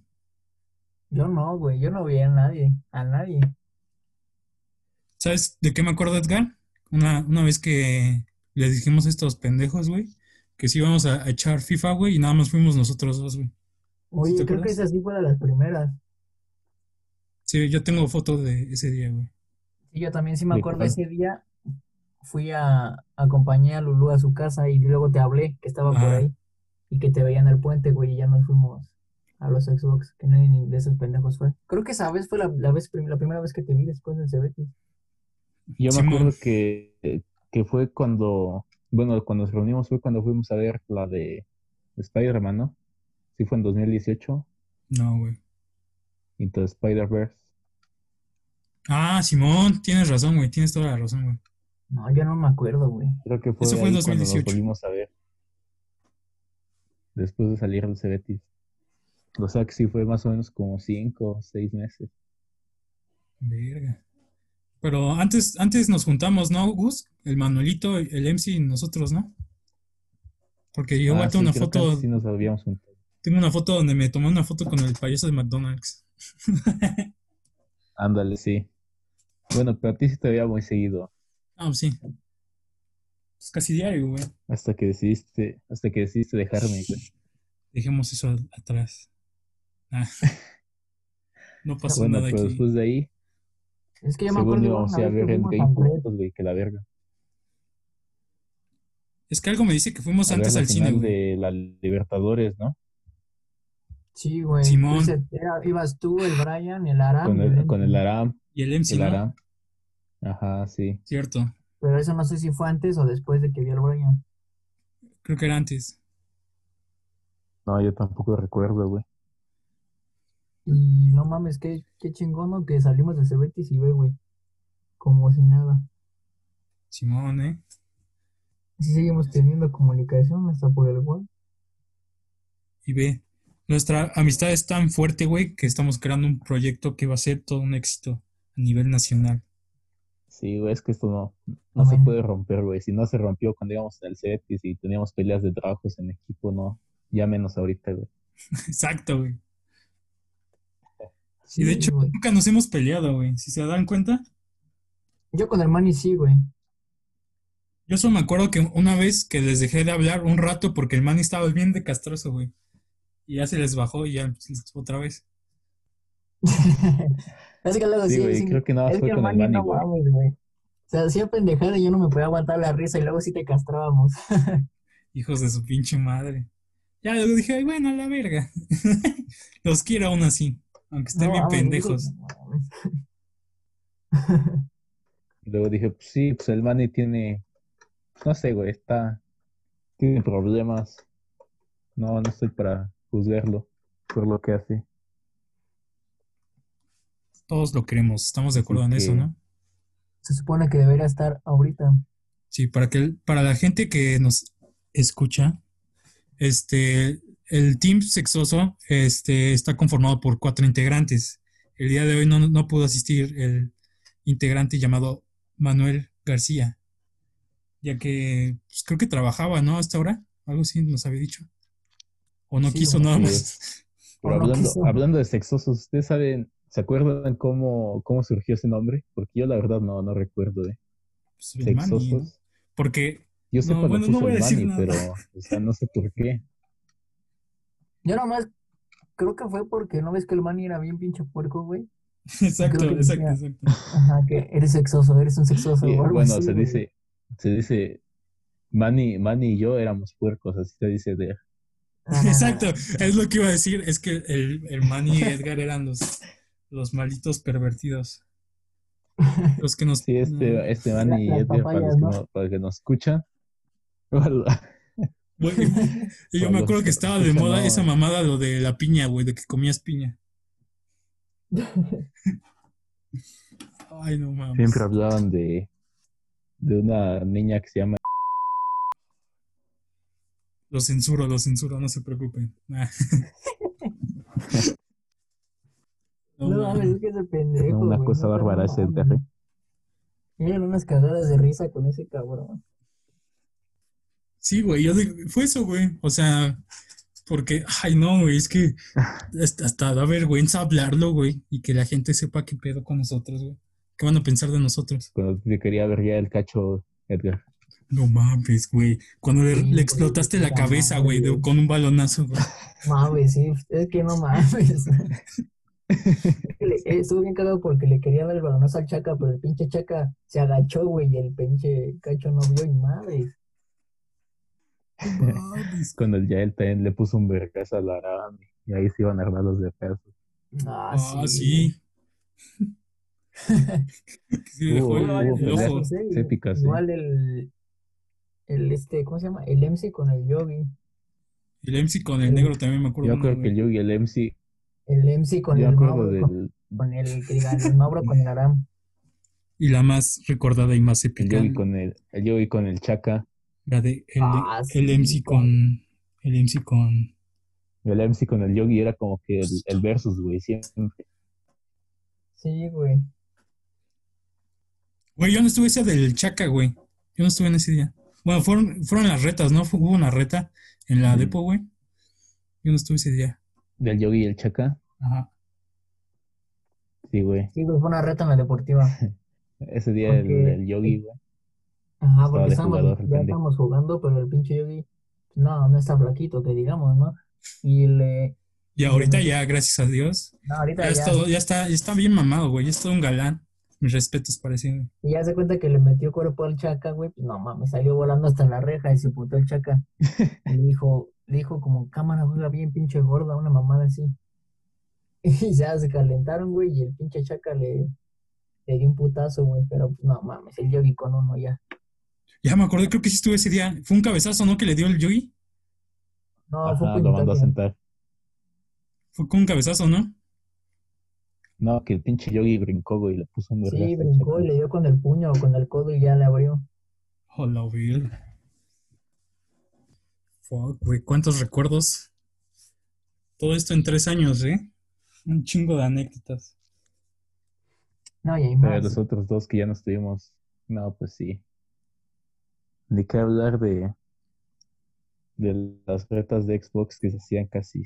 [SPEAKER 3] Yo no, güey, yo no vi a nadie, a nadie.
[SPEAKER 2] ¿Sabes de qué me acuerdo, Edgar? Una, una vez que le dijimos a estos pendejos, güey, que sí íbamos a, a echar FIFA, güey, y nada más fuimos nosotros dos, güey.
[SPEAKER 3] Oye,
[SPEAKER 2] te
[SPEAKER 3] creo que
[SPEAKER 2] acuerdas?
[SPEAKER 3] esa sí fue de las primeras.
[SPEAKER 2] Sí, yo tengo fotos de ese día, güey.
[SPEAKER 3] Sí, yo también sí me
[SPEAKER 1] ¿De
[SPEAKER 3] acuerdo
[SPEAKER 1] cuál?
[SPEAKER 3] ese día. Fui a acompañar a Lulú a su casa y luego te hablé que estaba por
[SPEAKER 2] Ajá.
[SPEAKER 3] ahí y que te veía en el puente, güey, y ya nos fuimos a los Xbox, que nadie ni de esos pendejos fue. Creo que esa vez fue la, la vez, prim- la primera vez que te vi después del Cebetis.
[SPEAKER 1] Yo me
[SPEAKER 2] Simón.
[SPEAKER 1] acuerdo que, eh, que fue cuando, bueno, cuando nos reunimos fue cuando fuimos a ver la de Spider-Man, ¿no? Sí fue en 2018,
[SPEAKER 2] No, güey.
[SPEAKER 1] Into the Spider-Verse.
[SPEAKER 2] Ah, Simón, tienes razón, güey, tienes toda la razón, güey.
[SPEAKER 3] No, yo no me acuerdo, güey.
[SPEAKER 1] Creo que fue,
[SPEAKER 2] Eso fue en
[SPEAKER 1] ahí cuando nos
[SPEAKER 2] 2018.
[SPEAKER 1] volvimos a ver. Después de salir del Cebetis. O sea que sí fue más o menos como cinco o seis meses.
[SPEAKER 2] Verga. Pero antes, antes nos juntamos, ¿no, Gus? El Manuelito, el MC y nosotros, ¿no? Porque yo
[SPEAKER 1] Ah,
[SPEAKER 2] guardé
[SPEAKER 1] sí,
[SPEAKER 2] una
[SPEAKER 1] creo que
[SPEAKER 2] foto,
[SPEAKER 1] antes Sí nos habíamos juntado.
[SPEAKER 2] tengo una foto donde me tomé una foto con el payaso de McDonald's.
[SPEAKER 1] Ándale, sí. Bueno, pero a ti sí te veía muy seguido.
[SPEAKER 2] Ah, sí. Es casi diario, güey.
[SPEAKER 1] Hasta que decidiste, hasta que decidiste dejarme. güey.
[SPEAKER 2] Dejemos eso al- atrás. Ah. No pasó
[SPEAKER 1] Ah, Bueno, pues,
[SPEAKER 2] nada
[SPEAKER 1] pero
[SPEAKER 2] aquí.
[SPEAKER 1] después de ahí,
[SPEAKER 3] Es que yo me
[SPEAKER 1] según
[SPEAKER 3] acuerdo
[SPEAKER 1] íbamos a ir a
[SPEAKER 3] una vez
[SPEAKER 1] ver
[SPEAKER 3] que
[SPEAKER 1] en
[SPEAKER 3] fuimos
[SPEAKER 1] Game
[SPEAKER 3] a Fred.
[SPEAKER 1] juntos, güey, que la verga.
[SPEAKER 2] Es que algo me dice que
[SPEAKER 1] A
[SPEAKER 2] fuimos
[SPEAKER 1] ver
[SPEAKER 2] antes
[SPEAKER 1] la
[SPEAKER 2] al cine,
[SPEAKER 1] final
[SPEAKER 2] güey.
[SPEAKER 1] de la Libertadores, ¿no?
[SPEAKER 3] Sí, güey.
[SPEAKER 2] Simón.
[SPEAKER 3] Ese- era- ibas tú, el Brian, el Aram.
[SPEAKER 1] Con
[SPEAKER 3] y
[SPEAKER 1] el,
[SPEAKER 3] Lenny.
[SPEAKER 1] con el Aram,
[SPEAKER 2] Y el MC,
[SPEAKER 1] el
[SPEAKER 2] ¿no?
[SPEAKER 1] Aram. Ajá, sí.
[SPEAKER 2] Cierto.
[SPEAKER 3] Pero eso no sé si fue antes o después de que vi al Brian.
[SPEAKER 2] Creo que era antes.
[SPEAKER 1] No, yo tampoco recuerdo, güey.
[SPEAKER 3] Y no mames, qué, qué chingón ¿no? que salimos de Cebetis y ve, güey. Como si nada.
[SPEAKER 2] Simón, ¿eh?
[SPEAKER 3] Así seguimos teniendo comunicación hasta por el web.
[SPEAKER 2] Y ve, nuestra amistad es tan fuerte, güey, que estamos creando un proyecto que va a ser todo un éxito a nivel nacional.
[SPEAKER 1] Sí, güey, es que esto no, no se
[SPEAKER 3] Bueno.
[SPEAKER 1] puede romper, güey. Si no se rompió cuando íbamos al CETIS y teníamos peleas de trabajos en equipo, no. Ya menos ahorita, güey.
[SPEAKER 2] Exacto, güey.
[SPEAKER 3] Sí,
[SPEAKER 2] y de hecho,
[SPEAKER 3] güey.
[SPEAKER 2] nunca nos hemos peleado, güey. Si se dan cuenta,
[SPEAKER 3] Yo con el Manny sí, güey.
[SPEAKER 2] yo solo me acuerdo que una vez que les dejé de hablar un rato porque el man estaba bien de castroso, güey. Y ya se les bajó y ya pues, otra vez.
[SPEAKER 3] es que luego
[SPEAKER 1] Sí,
[SPEAKER 3] Pues sí,
[SPEAKER 1] güey,
[SPEAKER 3] sí.
[SPEAKER 1] creo que nada más
[SPEAKER 3] Es
[SPEAKER 1] fue
[SPEAKER 3] que el
[SPEAKER 1] con el
[SPEAKER 3] Manny
[SPEAKER 1] Manny,
[SPEAKER 3] no
[SPEAKER 1] güey.
[SPEAKER 3] mames, güey. O sea, hacía pendejada y yo no me podía aguantar la risa y luego sí te castrábamos.
[SPEAKER 2] Hijos de su pinche madre. Ya luego dije, "Ay, bueno, a la verga. los quiero aún así, aunque estén
[SPEAKER 3] No,
[SPEAKER 2] bien
[SPEAKER 3] mames, digo,
[SPEAKER 2] pendejos.
[SPEAKER 3] no mames.
[SPEAKER 1] Y luego dije, pues sí, pues el Manny tiene, no sé, güey, está, tiene problemas. No, no estoy para juzgarlo por lo que hace.
[SPEAKER 2] Todos lo queremos, estamos de acuerdo en
[SPEAKER 1] que-
[SPEAKER 2] eso, ¿no?
[SPEAKER 3] Se supone que debería estar ahorita.
[SPEAKER 2] Sí, para que para la gente que nos escucha, este el team sexoso este, está conformado por cuatro integrantes. El día de hoy no, no pudo asistir el integrante llamado Manuel García, ya que pues, creo que trabajaba, ¿no? Hasta ahora, algo así nos había dicho. O no
[SPEAKER 3] Sí,
[SPEAKER 2] quiso
[SPEAKER 3] bueno,
[SPEAKER 2] nada
[SPEAKER 1] sí.
[SPEAKER 2] más.
[SPEAKER 1] Pero
[SPEAKER 3] O no
[SPEAKER 1] hablando,
[SPEAKER 3] quiso.
[SPEAKER 1] hablando de sexosos, ¿ustedes saben, se acuerdan cómo, cómo surgió ese nombre? Porque yo la verdad no, no recuerdo, ¿eh?
[SPEAKER 2] Pues, el Manny,
[SPEAKER 1] Sexosos.
[SPEAKER 2] ¿no? Porque
[SPEAKER 1] Yo sé
[SPEAKER 2] No,
[SPEAKER 1] cuando
[SPEAKER 2] bueno, no
[SPEAKER 1] puso
[SPEAKER 2] voy a
[SPEAKER 1] el
[SPEAKER 2] decir
[SPEAKER 1] Manny,
[SPEAKER 2] nada.
[SPEAKER 1] pero, o sea, no sé por qué.
[SPEAKER 3] Yo nomás creo que fue porque no ves que el Manny era bien pinche puerco, güey.
[SPEAKER 2] exacto,
[SPEAKER 3] Creo que
[SPEAKER 2] exacto,
[SPEAKER 3] decía-
[SPEAKER 2] exacto.
[SPEAKER 3] Ajá, que eres sexoso, eres un sexoso.
[SPEAKER 1] Sí,
[SPEAKER 3] o algo
[SPEAKER 1] Eh, bueno,
[SPEAKER 3] así,
[SPEAKER 1] se
[SPEAKER 3] güey.
[SPEAKER 1] dice, se dice, Manny, Manny y yo éramos puercos, así se dice de,
[SPEAKER 3] Ah,
[SPEAKER 2] Exacto, es lo que iba a decir, es que el, el Manny y Edgar eran los, los malitos pervertidos. Los que nos... Mm.
[SPEAKER 1] sí, este, este
[SPEAKER 3] La-
[SPEAKER 1] Manny y
[SPEAKER 3] Mm, las
[SPEAKER 1] Edgar, para los
[SPEAKER 3] papayas,
[SPEAKER 1] que,
[SPEAKER 3] ¿no?
[SPEAKER 1] no- para los que nos escuchan, para-
[SPEAKER 2] Güey, y yo me acuerdo que estaba de moda esa mamada, lo de la piña, güey, de que comías piña. Ay, no mames.
[SPEAKER 1] siempre hablaban de, de una niña que se llama,
[SPEAKER 2] Lo censuro, lo censuro, no se preocupen. Ah. No,
[SPEAKER 3] No
[SPEAKER 2] mames.
[SPEAKER 3] mames, es que ese pendejo.
[SPEAKER 1] No, una
[SPEAKER 3] güey,
[SPEAKER 1] cosa
[SPEAKER 3] neta,
[SPEAKER 1] bárbara
[SPEAKER 3] no
[SPEAKER 1] ese
[SPEAKER 3] mames.
[SPEAKER 1] Terry.
[SPEAKER 3] Eran unas cagadas de risa con ese cabrón.
[SPEAKER 2] Sí, güey, yo digo, fue eso, güey. O sea, porque, ay, no, güey, es que hasta, hasta da vergüenza hablarlo, güey, y que la gente sepa qué pedo con nosotros, güey. ¿Qué van a pensar de nosotros?
[SPEAKER 1] cuando te quería ver ya el cacho Edgar.
[SPEAKER 2] No mames, güey. Cuando le,
[SPEAKER 3] Sí,
[SPEAKER 2] le
[SPEAKER 3] güey,
[SPEAKER 2] explotaste la
[SPEAKER 3] la
[SPEAKER 2] cabeza, güey, de-
[SPEAKER 3] madre.
[SPEAKER 2] con un balonazo, güey.
[SPEAKER 3] Mames, sí, es que no mames. Le- eh, Estuvo bien cagado porque le quería dar el balonazo al Chaca, pero el pinche Chaca se agachó, güey, y el pinche cacho no vio y madre.
[SPEAKER 2] Mames.
[SPEAKER 1] Cuando el Yael también le puso un vergazo a la Aram y ahí se iban a armar los vergazos.
[SPEAKER 3] Ah,
[SPEAKER 2] Ah,
[SPEAKER 3] güey.
[SPEAKER 2] sí. Sí, dejó
[SPEAKER 1] Hubo-
[SPEAKER 2] el-
[SPEAKER 1] hubo
[SPEAKER 2] el
[SPEAKER 1] peleas.
[SPEAKER 2] ojo.
[SPEAKER 3] Sí,
[SPEAKER 1] se pica, sí.
[SPEAKER 3] Igual el, el este, ¿cómo se llama? El MC con el Yogi.
[SPEAKER 2] El MC con el negro también me acuerdo.
[SPEAKER 1] Yo
[SPEAKER 2] uno,
[SPEAKER 1] creo que
[SPEAKER 2] güey.
[SPEAKER 1] el Yu y el MC,
[SPEAKER 3] El MC con
[SPEAKER 1] yo me
[SPEAKER 3] el
[SPEAKER 1] acuerdo
[SPEAKER 3] Mauro. Con,
[SPEAKER 1] del,
[SPEAKER 3] con el que digan, el Mauro con el Aram.
[SPEAKER 2] Y la más recordada y más
[SPEAKER 1] El
[SPEAKER 2] épica.
[SPEAKER 1] Yogi con el, el Yogi con el Chaka,
[SPEAKER 2] La de el,
[SPEAKER 3] Ah,
[SPEAKER 2] el
[SPEAKER 3] sí.
[SPEAKER 2] MC con. El MC con.
[SPEAKER 1] el MC con el Yogi era como que el, el versus, güey, siempre.
[SPEAKER 3] Sí, güey.
[SPEAKER 2] Güey, yo no estuve ese del Chaca, güey. Yo no estuve en ese día. Bueno, fueron, fueron las retas, ¿no? Fu- Hubo una reta en la
[SPEAKER 1] Ujú.
[SPEAKER 2] depo, güey. Yo no estuve ese día.
[SPEAKER 1] Del Yogi y el Chaka,
[SPEAKER 2] Ajá.
[SPEAKER 1] sí, güey.
[SPEAKER 3] Sí, güey, fue una reta en la deportiva.
[SPEAKER 1] Ese día el,
[SPEAKER 3] Porque-
[SPEAKER 1] el Yogi, güey.
[SPEAKER 3] Ajá,
[SPEAKER 1] de
[SPEAKER 3] porque estábamos,
[SPEAKER 1] jugador,
[SPEAKER 3] ya
[SPEAKER 1] pendejo.
[SPEAKER 3] estábamos jugando, pero el pinche Yogi, no, no está flaquito, que digamos, ¿no? Y le,
[SPEAKER 2] Y ahorita ya, gracias a Dios.
[SPEAKER 3] no, ahorita
[SPEAKER 2] Ya,
[SPEAKER 3] ya,
[SPEAKER 2] está, ya, está, ya está bien mamado, güey. Ya es todo un galán. Mis respetos para ese, güey.
[SPEAKER 3] y ya se cuenta que le metió cuerpo al Chaca, güey, pues, no mames, salió volando hasta la reja y se putó el Chaca. Y le dijo, le dijo como, cámara, juega bien, pinche gorda, una mamada así. Y ya se calentaron, güey, y el pinche Chaca le, le dio un putazo, güey, pero pues, no mames, el Yogi con uno ya.
[SPEAKER 2] Ya me acordé, creo que sí estuve ese día. Fue un cabezazo, ¿no? Que le dio el Yogi.
[SPEAKER 3] No, fue
[SPEAKER 1] Ajá, lo mandó a
[SPEAKER 3] puñetazo.
[SPEAKER 1] sentar.
[SPEAKER 2] Fue con un cabezazo, ¿no?
[SPEAKER 1] No, que el pinche Yogi brincó, güey, y le puso un vergazo
[SPEAKER 3] Sí,
[SPEAKER 1] al
[SPEAKER 3] brincó y
[SPEAKER 1] Chaka.
[SPEAKER 3] le dio con el puño o con el codo y ya le abrió.
[SPEAKER 2] Hola, Bill. Fuck, güey, cuántos recuerdos. Todo esto en tres años, ¿eh? Un chingo de anécdotas.
[SPEAKER 3] No, y hay
[SPEAKER 1] Pero
[SPEAKER 3] más.
[SPEAKER 1] los otros dos que ya no estuvimos, no, pues sí. Ni qué hablar de, de las retas de Xbox que se hacían casi.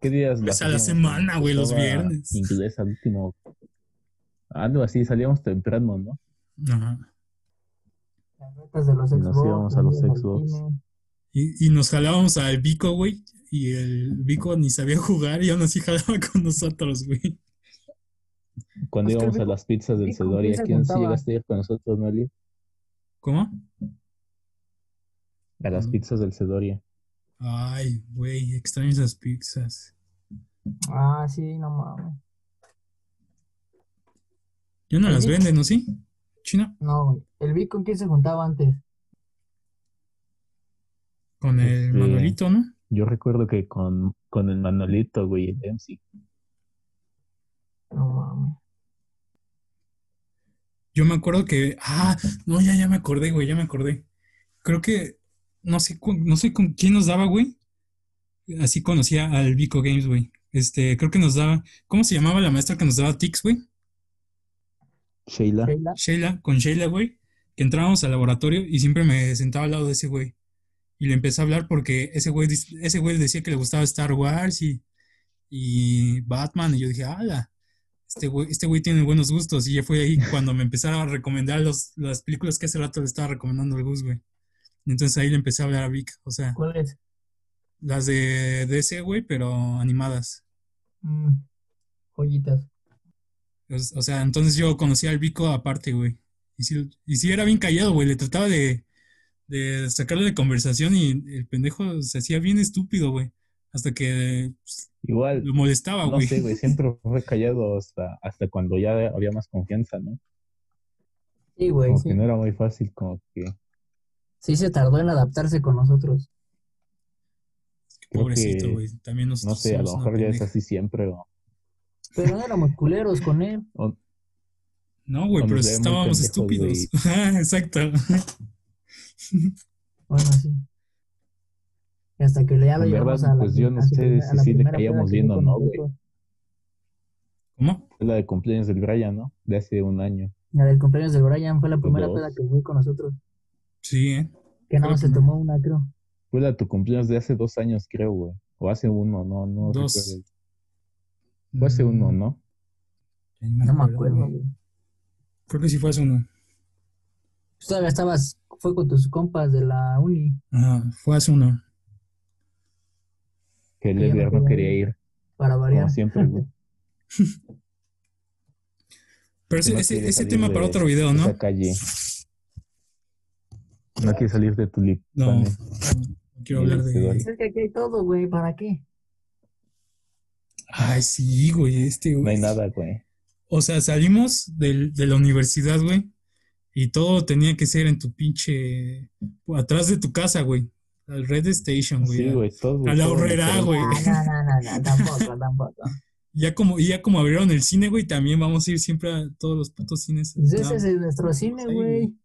[SPEAKER 1] ¿Qué días?
[SPEAKER 2] Pues
[SPEAKER 1] las
[SPEAKER 2] a la
[SPEAKER 1] hacíamos?
[SPEAKER 2] semana, güey, los
[SPEAKER 1] Estaba
[SPEAKER 2] viernes.
[SPEAKER 1] Inglés al último. Algo así, salíamos temprano, ¿no?
[SPEAKER 2] Ajá.
[SPEAKER 3] Las retas de los
[SPEAKER 1] Y nos
[SPEAKER 3] Xbox,
[SPEAKER 1] íbamos a los
[SPEAKER 3] íbamos al
[SPEAKER 1] Xbox.
[SPEAKER 3] cine.
[SPEAKER 2] Y, y nos jalábamos al Vico, güey. Y el Vico ni sabía jugar y aún así jalaba con nosotros, güey.
[SPEAKER 1] Cuando
[SPEAKER 3] Pues que
[SPEAKER 1] íbamos
[SPEAKER 3] el
[SPEAKER 1] a
[SPEAKER 3] Vico-
[SPEAKER 1] las pizzas del
[SPEAKER 3] Vico
[SPEAKER 1] Cedoria,
[SPEAKER 3] sí se
[SPEAKER 1] ¿quién sí
[SPEAKER 3] juntaba.
[SPEAKER 1] llegaste a ir con nosotros, Noli?
[SPEAKER 2] ¿Cómo?
[SPEAKER 1] A las
[SPEAKER 2] No.
[SPEAKER 1] pizzas del Cedoria.
[SPEAKER 2] Ay, güey, extraño esas pizzas.
[SPEAKER 3] Ah, sí, no mames.
[SPEAKER 2] Ya no las
[SPEAKER 3] Oye.
[SPEAKER 2] venden, ¿no? ¿Sí? China.
[SPEAKER 3] No, güey. ¿El Vic con quién se juntaba antes?
[SPEAKER 2] Con el
[SPEAKER 1] Este.
[SPEAKER 2] Manuelito, ¿no?
[SPEAKER 1] Yo recuerdo que con, con el Manolito, güey, el MC.
[SPEAKER 3] No mames.
[SPEAKER 2] Yo me acuerdo que. Ah, no, ya, ya me acordé, güey, ya me acordé. Creo que. No sé, cu- no sé con quién nos daba, güey. Así conocía al Vico Games, güey. Este, creo que nos daba. ¿Cómo se llamaba la maestra que nos daba tics, güey?
[SPEAKER 1] Sheila.
[SPEAKER 3] Sheila.
[SPEAKER 2] Sheila, con Sheila, güey. Que entrábamos al laboratorio y siempre me sentaba al lado de ese güey. Y le empecé a hablar porque ese güey, dis- ese güey decía que le gustaba Star Wars y, y Batman. Y yo dije, ala, este güey, este güey tiene buenos gustos. Y ya fue ahí cuando me empezaron a recomendar los, las películas que hace rato le estaba recomendando el Gus, güey. Y Entonces ahí le empecé a hablar a Vic. O sea,
[SPEAKER 3] ¿Cuál es?
[SPEAKER 2] las de DC, güey, pero animadas.
[SPEAKER 3] Mm, joyitas.
[SPEAKER 2] Pues, O sea, entonces yo conocía al Vico aparte, güey. Y sí, y sí era bien callado, güey. Le trataba de, de sacarle de conversación y el pendejo se hacía bien estúpido, güey. Hasta que pues,
[SPEAKER 1] Igual,
[SPEAKER 2] lo molestaba,
[SPEAKER 1] No
[SPEAKER 2] güey.
[SPEAKER 1] sé, güey, siempre fue callado hasta, hasta cuando ya había más confianza, ¿no?
[SPEAKER 3] Sí, güey,
[SPEAKER 1] Como
[SPEAKER 3] sí.
[SPEAKER 1] que no era muy fácil, como que
[SPEAKER 3] Sí se tardó en adaptarse con nosotros.
[SPEAKER 1] creo
[SPEAKER 2] Pobrecito,
[SPEAKER 1] que,
[SPEAKER 2] güey. También nos
[SPEAKER 1] no sé, a lo mejor ya es así siempre, o,
[SPEAKER 3] Pero no éramos culeros con él.
[SPEAKER 1] o-
[SPEAKER 2] No, güey,
[SPEAKER 1] Cuando
[SPEAKER 2] pero
[SPEAKER 1] se ven muy
[SPEAKER 2] estábamos
[SPEAKER 1] pendejos,
[SPEAKER 2] estúpidos. Ah, Exacto.
[SPEAKER 3] Bueno, sí. Y hasta que ya lo
[SPEAKER 1] En
[SPEAKER 3] llevamos
[SPEAKER 1] verdad,
[SPEAKER 3] a la
[SPEAKER 1] pues, yo no
[SPEAKER 3] a su
[SPEAKER 1] sé
[SPEAKER 3] primera- a
[SPEAKER 1] si
[SPEAKER 3] la
[SPEAKER 1] sí le
[SPEAKER 3] primera
[SPEAKER 1] caíamos
[SPEAKER 3] peda que
[SPEAKER 1] bien
[SPEAKER 3] fue
[SPEAKER 1] o
[SPEAKER 3] con
[SPEAKER 1] no, güey.
[SPEAKER 3] nosotros.
[SPEAKER 2] ¿Cómo?
[SPEAKER 1] es la de cumpleaños del Brian, ¿no? De hace un año.
[SPEAKER 3] La del cumpleaños de Brian fue la primera
[SPEAKER 1] dos.
[SPEAKER 3] peda que fue con nosotros.
[SPEAKER 2] Sí, ¿eh?
[SPEAKER 3] Que
[SPEAKER 2] Fue la
[SPEAKER 3] nada más se
[SPEAKER 2] primera.
[SPEAKER 3] tomó una, creo.
[SPEAKER 1] Fue la de tu cumpleaños de hace dos años, creo, güey. O hace uno, no, no
[SPEAKER 2] Dos.
[SPEAKER 1] recuerdo. Fue hace uno, ¿no?
[SPEAKER 2] Ya ni
[SPEAKER 3] No me
[SPEAKER 2] güey.
[SPEAKER 3] acuerdo, güey.
[SPEAKER 2] Creo que sí fue hace uno.
[SPEAKER 3] Tú todavía estabas, fue con tus compas de la uni.
[SPEAKER 2] Ajá, fue hace uno.
[SPEAKER 1] Que el
[SPEAKER 3] Que ya no
[SPEAKER 1] Edgar no
[SPEAKER 3] quería
[SPEAKER 1] quería
[SPEAKER 3] ir.
[SPEAKER 1] ir,
[SPEAKER 3] Para
[SPEAKER 1] como
[SPEAKER 3] variar.
[SPEAKER 1] siempre, güey.
[SPEAKER 2] Pero ese,
[SPEAKER 1] No
[SPEAKER 2] ese-
[SPEAKER 1] quiere
[SPEAKER 2] ese
[SPEAKER 1] salir
[SPEAKER 2] tema
[SPEAKER 1] de-
[SPEAKER 2] para otro video, ¿no?
[SPEAKER 1] Esa calle. No quiere salir de Tulip.
[SPEAKER 2] No, no quiero
[SPEAKER 1] Ni
[SPEAKER 2] hablar
[SPEAKER 1] de
[SPEAKER 2] de...
[SPEAKER 1] Sedona.
[SPEAKER 3] Es que aquí hay todo, güey. ¿Para qué?
[SPEAKER 2] Ay, sí, güey, este, güey.
[SPEAKER 1] No hay nada, güey.
[SPEAKER 2] O sea, salimos del- de la universidad, güey, y todo tenía que ser en tu pinche... Atrás de tu casa, güey. Al Red Station, güey.
[SPEAKER 1] Sí, güey, todo.
[SPEAKER 2] A la
[SPEAKER 1] todo
[SPEAKER 2] horrera,
[SPEAKER 3] Pues.
[SPEAKER 1] diferente.
[SPEAKER 2] güey.
[SPEAKER 3] Ah, no, no, no, no, tampoco, tampoco.
[SPEAKER 2] Ya como, y ya como abrieron el cine, güey, también vamos a ir siempre a todos los putos cines.
[SPEAKER 3] Pues
[SPEAKER 2] No, pues
[SPEAKER 3] ese es nuestro cine,
[SPEAKER 2] ahí,
[SPEAKER 3] güey.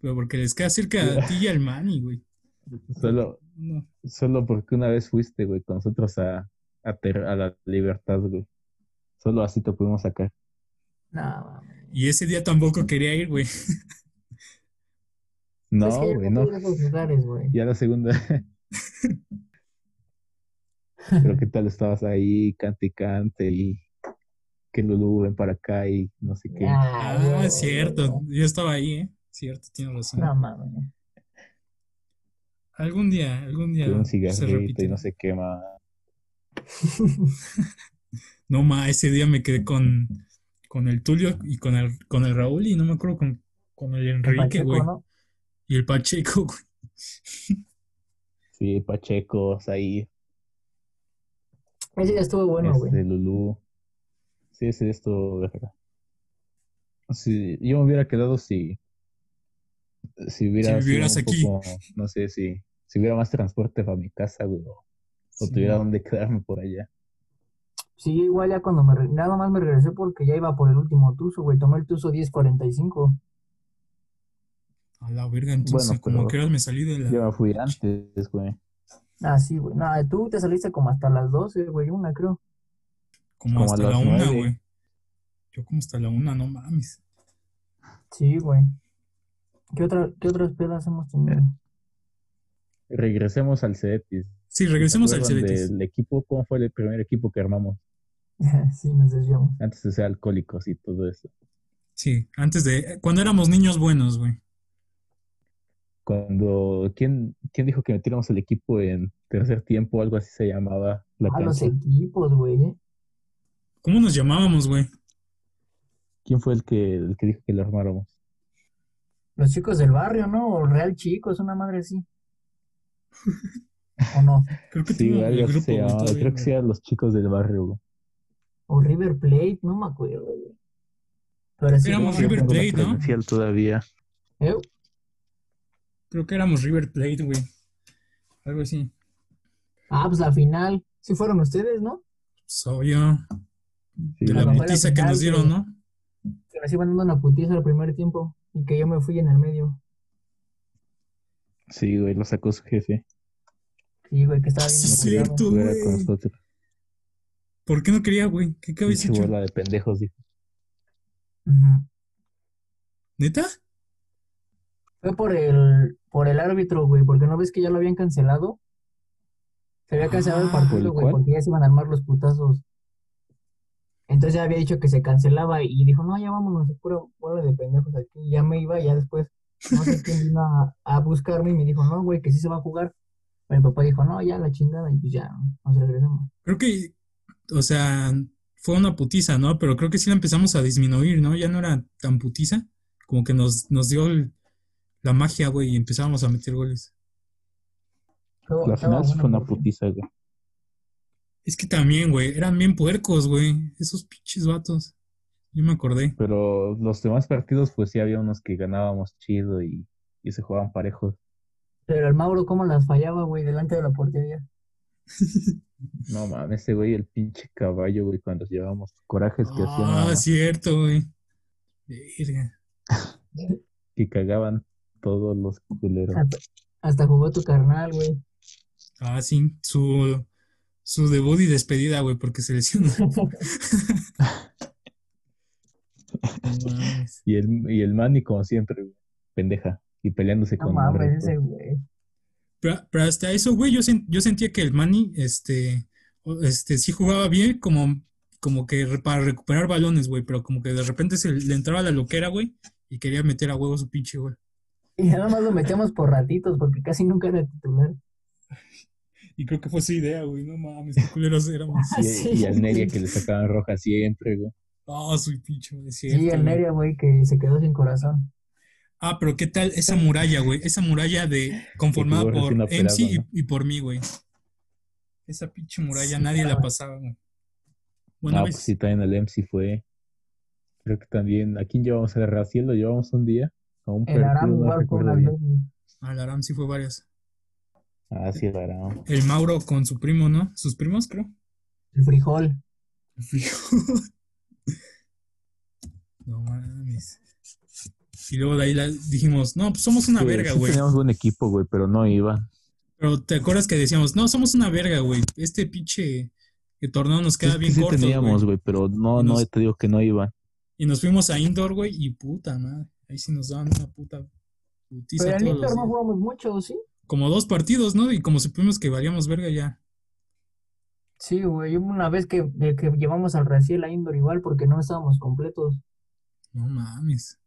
[SPEAKER 2] Pero porque les queda cerca a ti y al Manny, güey.
[SPEAKER 1] Solo,
[SPEAKER 2] No.
[SPEAKER 1] solo porque una vez fuiste, güey, con nosotros a, a, ter- a la libertad, güey. Solo así te pudimos sacar.
[SPEAKER 3] No, mames.
[SPEAKER 2] Y ese día tampoco quería ir, güey.
[SPEAKER 1] No,
[SPEAKER 3] Es que yo
[SPEAKER 1] güey,
[SPEAKER 3] no
[SPEAKER 1] no.
[SPEAKER 3] fui a esos lugares, güey.
[SPEAKER 1] Ya la segunda. Pero qué tal estabas ahí, cante y cante, y que Lulú ven para acá y no sé qué.
[SPEAKER 3] Ah,
[SPEAKER 2] Ah,
[SPEAKER 3] güey. Ah.
[SPEAKER 2] cierto. Yo estaba ahí, ¿eh? Cierto, tienes razón.
[SPEAKER 3] No mames.
[SPEAKER 2] Algún día, algún día
[SPEAKER 1] Que un
[SPEAKER 2] se
[SPEAKER 1] cigarrito
[SPEAKER 2] repite.
[SPEAKER 1] y no se quema.
[SPEAKER 2] No ma, ese día me quedé con, con el Tulio y con el, con el Raúl y no me acuerdo con, con el Enrique,
[SPEAKER 3] Pacheco,
[SPEAKER 2] güey.
[SPEAKER 3] ¿no?
[SPEAKER 2] Y el Pacheco, güey.
[SPEAKER 1] Sí, Pachecos ahí,
[SPEAKER 3] Ese ya estuvo bueno, güey.
[SPEAKER 1] este Lulú. Sí, es esto, verga. Sí, yo me hubiera quedado si. Si hubiera
[SPEAKER 2] Si
[SPEAKER 1] sido
[SPEAKER 2] vivieras
[SPEAKER 1] un
[SPEAKER 2] aquí.
[SPEAKER 1] poco, no sé si. Si hubiera más transporte para mi casa, güey, o, o
[SPEAKER 2] Sí.
[SPEAKER 1] tuviera dónde quedarme por allá.
[SPEAKER 3] Sí, yo igual ya cuando me re- nada más me regresé porque ya iba por el último tuzo, güey. Tomé el tuzo 1045.
[SPEAKER 2] A la verga, entonces,
[SPEAKER 1] Bueno,
[SPEAKER 2] como
[SPEAKER 1] pero-
[SPEAKER 2] que horas me salí de la.
[SPEAKER 1] Yo me fui antes, güey.
[SPEAKER 3] Ah, sí, güey. No, tú te saliste como hasta las 12, güey, una creo.
[SPEAKER 2] como
[SPEAKER 1] como a
[SPEAKER 2] hasta
[SPEAKER 1] las
[SPEAKER 2] la una,
[SPEAKER 1] nueve.
[SPEAKER 2] güey. Yo como hasta la una, no mames.
[SPEAKER 3] Sí, güey. ¿Qué, otra, ¿Qué otras pedas hemos tenido?
[SPEAKER 1] Regresemos al Cebetis.
[SPEAKER 2] Sí, regresemos al
[SPEAKER 1] ¿Recuerdan
[SPEAKER 2] Cebetis.
[SPEAKER 1] del equipo, ¿cómo fue el primer equipo que armamos?
[SPEAKER 3] sí, nos desviamos.
[SPEAKER 1] Antes de ser alcohólicos y todo eso.
[SPEAKER 2] Sí, antes de. Cuando éramos niños buenos, güey.
[SPEAKER 1] Cuando, ¿quién, quién dijo que metiéramos el equipo en tercer tiempo? Algo así se llamaba la
[SPEAKER 3] A los
[SPEAKER 1] cancha.
[SPEAKER 3] equipos, güey, ¿eh?
[SPEAKER 2] ¿Cómo nos llamábamos, güey?
[SPEAKER 1] ¿Quién fue el que, el que dijo que lo armáramos?
[SPEAKER 3] Los chicos del barrio, ¿no? O Real Chicos, una madre así. ¿O no?
[SPEAKER 2] Creo que
[SPEAKER 1] Sí,
[SPEAKER 2] tengo el
[SPEAKER 1] algo así
[SPEAKER 2] grupo,
[SPEAKER 1] se
[SPEAKER 2] güey,
[SPEAKER 1] llamaba.
[SPEAKER 2] todavía,
[SPEAKER 1] Creo que
[SPEAKER 2] güey.
[SPEAKER 1] eran los chicos del barrio. güey.
[SPEAKER 3] O River Plate, no me acuerdo, güey. Pero sí,
[SPEAKER 2] Éramos
[SPEAKER 3] güey.
[SPEAKER 1] Yo
[SPEAKER 2] River
[SPEAKER 1] tengo la
[SPEAKER 2] Plate, ¿no?
[SPEAKER 1] credencial todavía.
[SPEAKER 3] Eh,
[SPEAKER 2] Creo que éramos River Plate, güey. Algo así.
[SPEAKER 3] Ah, pues la final. Sí fueron ustedes, ¿no?
[SPEAKER 2] Soy yo.
[SPEAKER 1] Sí,
[SPEAKER 2] De la
[SPEAKER 3] Cuando fue la
[SPEAKER 2] putiza que
[SPEAKER 3] final,
[SPEAKER 2] nos dieron,
[SPEAKER 3] güey.
[SPEAKER 2] ¿no?
[SPEAKER 3] Que nos iban dando una putiza al primer tiempo y que yo me fui en el medio.
[SPEAKER 1] Sí, güey, lo sacó su jefe.
[SPEAKER 3] Sí, güey, que estaba bien
[SPEAKER 2] Sí,
[SPEAKER 3] emputado.
[SPEAKER 2] cierto,
[SPEAKER 1] Jugar
[SPEAKER 2] güey.
[SPEAKER 1] con nosotros.
[SPEAKER 2] ¿Por qué no quería, güey? ¿Qué, qué habéis
[SPEAKER 1] Pinche
[SPEAKER 2] hecho?
[SPEAKER 1] bola de pendejos, dijo.
[SPEAKER 3] Ujú.
[SPEAKER 2] ¿Neta?
[SPEAKER 3] Fue por el, por el árbitro, güey, porque no ves que ya lo habían cancelado. Se había cancelado el
[SPEAKER 2] Ah,
[SPEAKER 1] ¿por
[SPEAKER 3] partido,
[SPEAKER 1] el
[SPEAKER 3] güey,
[SPEAKER 1] cual?
[SPEAKER 3] porque ya se iban a armar los putazos. Entonces ya había dicho que se cancelaba y dijo, no, ya vámonos, pura bola de pendejos aquí. Y Ya me iba, ya después, no sé quién vino a, a buscarme y me dijo, no, güey, que sí se va a jugar. Mi papá dijo, no, ya la chingada, y pues ya, nos regresamos.
[SPEAKER 2] Creo que, o sea, fue una putiza, ¿no? Pero creo que sí la empezamos a disminuir, ¿no? Ya no era tan putiza. Como que nos, nos dio el- la magia, güey, y empezábamos a meter goles.
[SPEAKER 3] Luego,
[SPEAKER 1] La
[SPEAKER 3] estaba
[SPEAKER 1] final sí
[SPEAKER 3] bueno,
[SPEAKER 1] fue una
[SPEAKER 3] güey.
[SPEAKER 1] putiza, güey.
[SPEAKER 2] Es que también, güey, eran bien puercos, güey. Esos pinches vatos. Yo me acordé.
[SPEAKER 1] Pero los demás partidos, pues sí había unos que ganábamos chido y, y se jugaban parejos.
[SPEAKER 3] Pero el Mauro, ¿cómo las fallaba, güey, delante de la portería?
[SPEAKER 1] No mames, ese güey, el pinche caballo, güey, cuando llevábamos corajes que hacían,
[SPEAKER 2] Ah,
[SPEAKER 1] a-
[SPEAKER 2] cierto, güey. Verga.
[SPEAKER 1] que cagaban todos los culeros.
[SPEAKER 3] Hasta, hasta jugó tu carnal, güey.
[SPEAKER 2] Ah, sí. Su, su debut y despedida, güey, porque se lesionó. No mames.
[SPEAKER 1] Y el, y el Manny, como siempre, güey, pendeja, y peleándose
[SPEAKER 3] No
[SPEAKER 1] con pues. Marco.
[SPEAKER 3] mames, ese güey.
[SPEAKER 2] Pero, pero hasta eso, güey, yo, sen- yo sentía que el Manny, este, o- este, sí jugaba bien, como, como que re- para recuperar balones, güey, pero como que de repente se le entraba la loquera, güey, y quería meter a huevo su pinche gol.
[SPEAKER 3] Y nada más lo metíamos por ratitos, porque casi nunca era titular.
[SPEAKER 2] Y creo que fue su idea, güey, no mames, qué culeros éramos.
[SPEAKER 1] Y,
[SPEAKER 3] Sí.
[SPEAKER 1] y al Neria que le sacaban roja siempre, güey.
[SPEAKER 2] Ah, su pinche, güey, es
[SPEAKER 3] Sí,
[SPEAKER 1] este,
[SPEAKER 2] cierto,
[SPEAKER 3] el
[SPEAKER 2] güey.
[SPEAKER 3] Neria, güey, que se quedó sin corazón.
[SPEAKER 2] Ah, pero ¿qué tal esa muralla, güey? Esa muralla de conformada
[SPEAKER 1] Que tuvo
[SPEAKER 2] por
[SPEAKER 1] recién operado,
[SPEAKER 2] MC y,
[SPEAKER 1] ¿no?
[SPEAKER 2] y por mí, güey. Esa pinche muralla
[SPEAKER 3] Sí,
[SPEAKER 2] nadie la
[SPEAKER 3] claro.
[SPEAKER 2] pasaba, güey. Bueno,
[SPEAKER 1] ah,
[SPEAKER 2] ves,
[SPEAKER 1] pues sí, también el MC fue. Creo que también, ¿a quién llevamos? ¿A Raciel lo llevamos un día? A un
[SPEAKER 3] El Aram
[SPEAKER 1] partido, no
[SPEAKER 3] igual con
[SPEAKER 1] recuerdo
[SPEAKER 3] las
[SPEAKER 1] bien.
[SPEAKER 3] dos, güey.
[SPEAKER 2] al Aram sí fue varias.
[SPEAKER 1] Ah, sí, el Aram.
[SPEAKER 2] El Mauro con su primo, ¿no? Sus primos, creo.
[SPEAKER 3] El frijol.
[SPEAKER 2] El frijol. No mames. Y luego de ahí la- dijimos, no, pues somos una
[SPEAKER 1] Sí,
[SPEAKER 2] verga,
[SPEAKER 1] sí
[SPEAKER 2] güey.
[SPEAKER 1] Teníamos buen equipo, güey, pero no iba.
[SPEAKER 2] Pero te acuerdas que decíamos, no, somos una verga, güey. Este pinche que torneo nos queda
[SPEAKER 1] Sí,
[SPEAKER 2] bien
[SPEAKER 1] sí
[SPEAKER 2] corto.
[SPEAKER 1] teníamos,
[SPEAKER 2] güey.
[SPEAKER 1] güey, pero no, no,
[SPEAKER 2] Nos-
[SPEAKER 1] te digo que no iba.
[SPEAKER 2] Y nos fuimos a indoor, güey, y puta madre. Ahí sí nos daban una puta putiza
[SPEAKER 3] Pero en
[SPEAKER 2] todos los
[SPEAKER 3] Inter no
[SPEAKER 2] días.
[SPEAKER 3] jugamos mucho, ¿sí?
[SPEAKER 2] Como dos partidos, ¿no? Y como supimos que valíamos verga ya.
[SPEAKER 3] Sí, güey. hubo Una vez que, de que llevamos al Raciel a Indoor igual porque no estábamos completos.
[SPEAKER 2] No mames.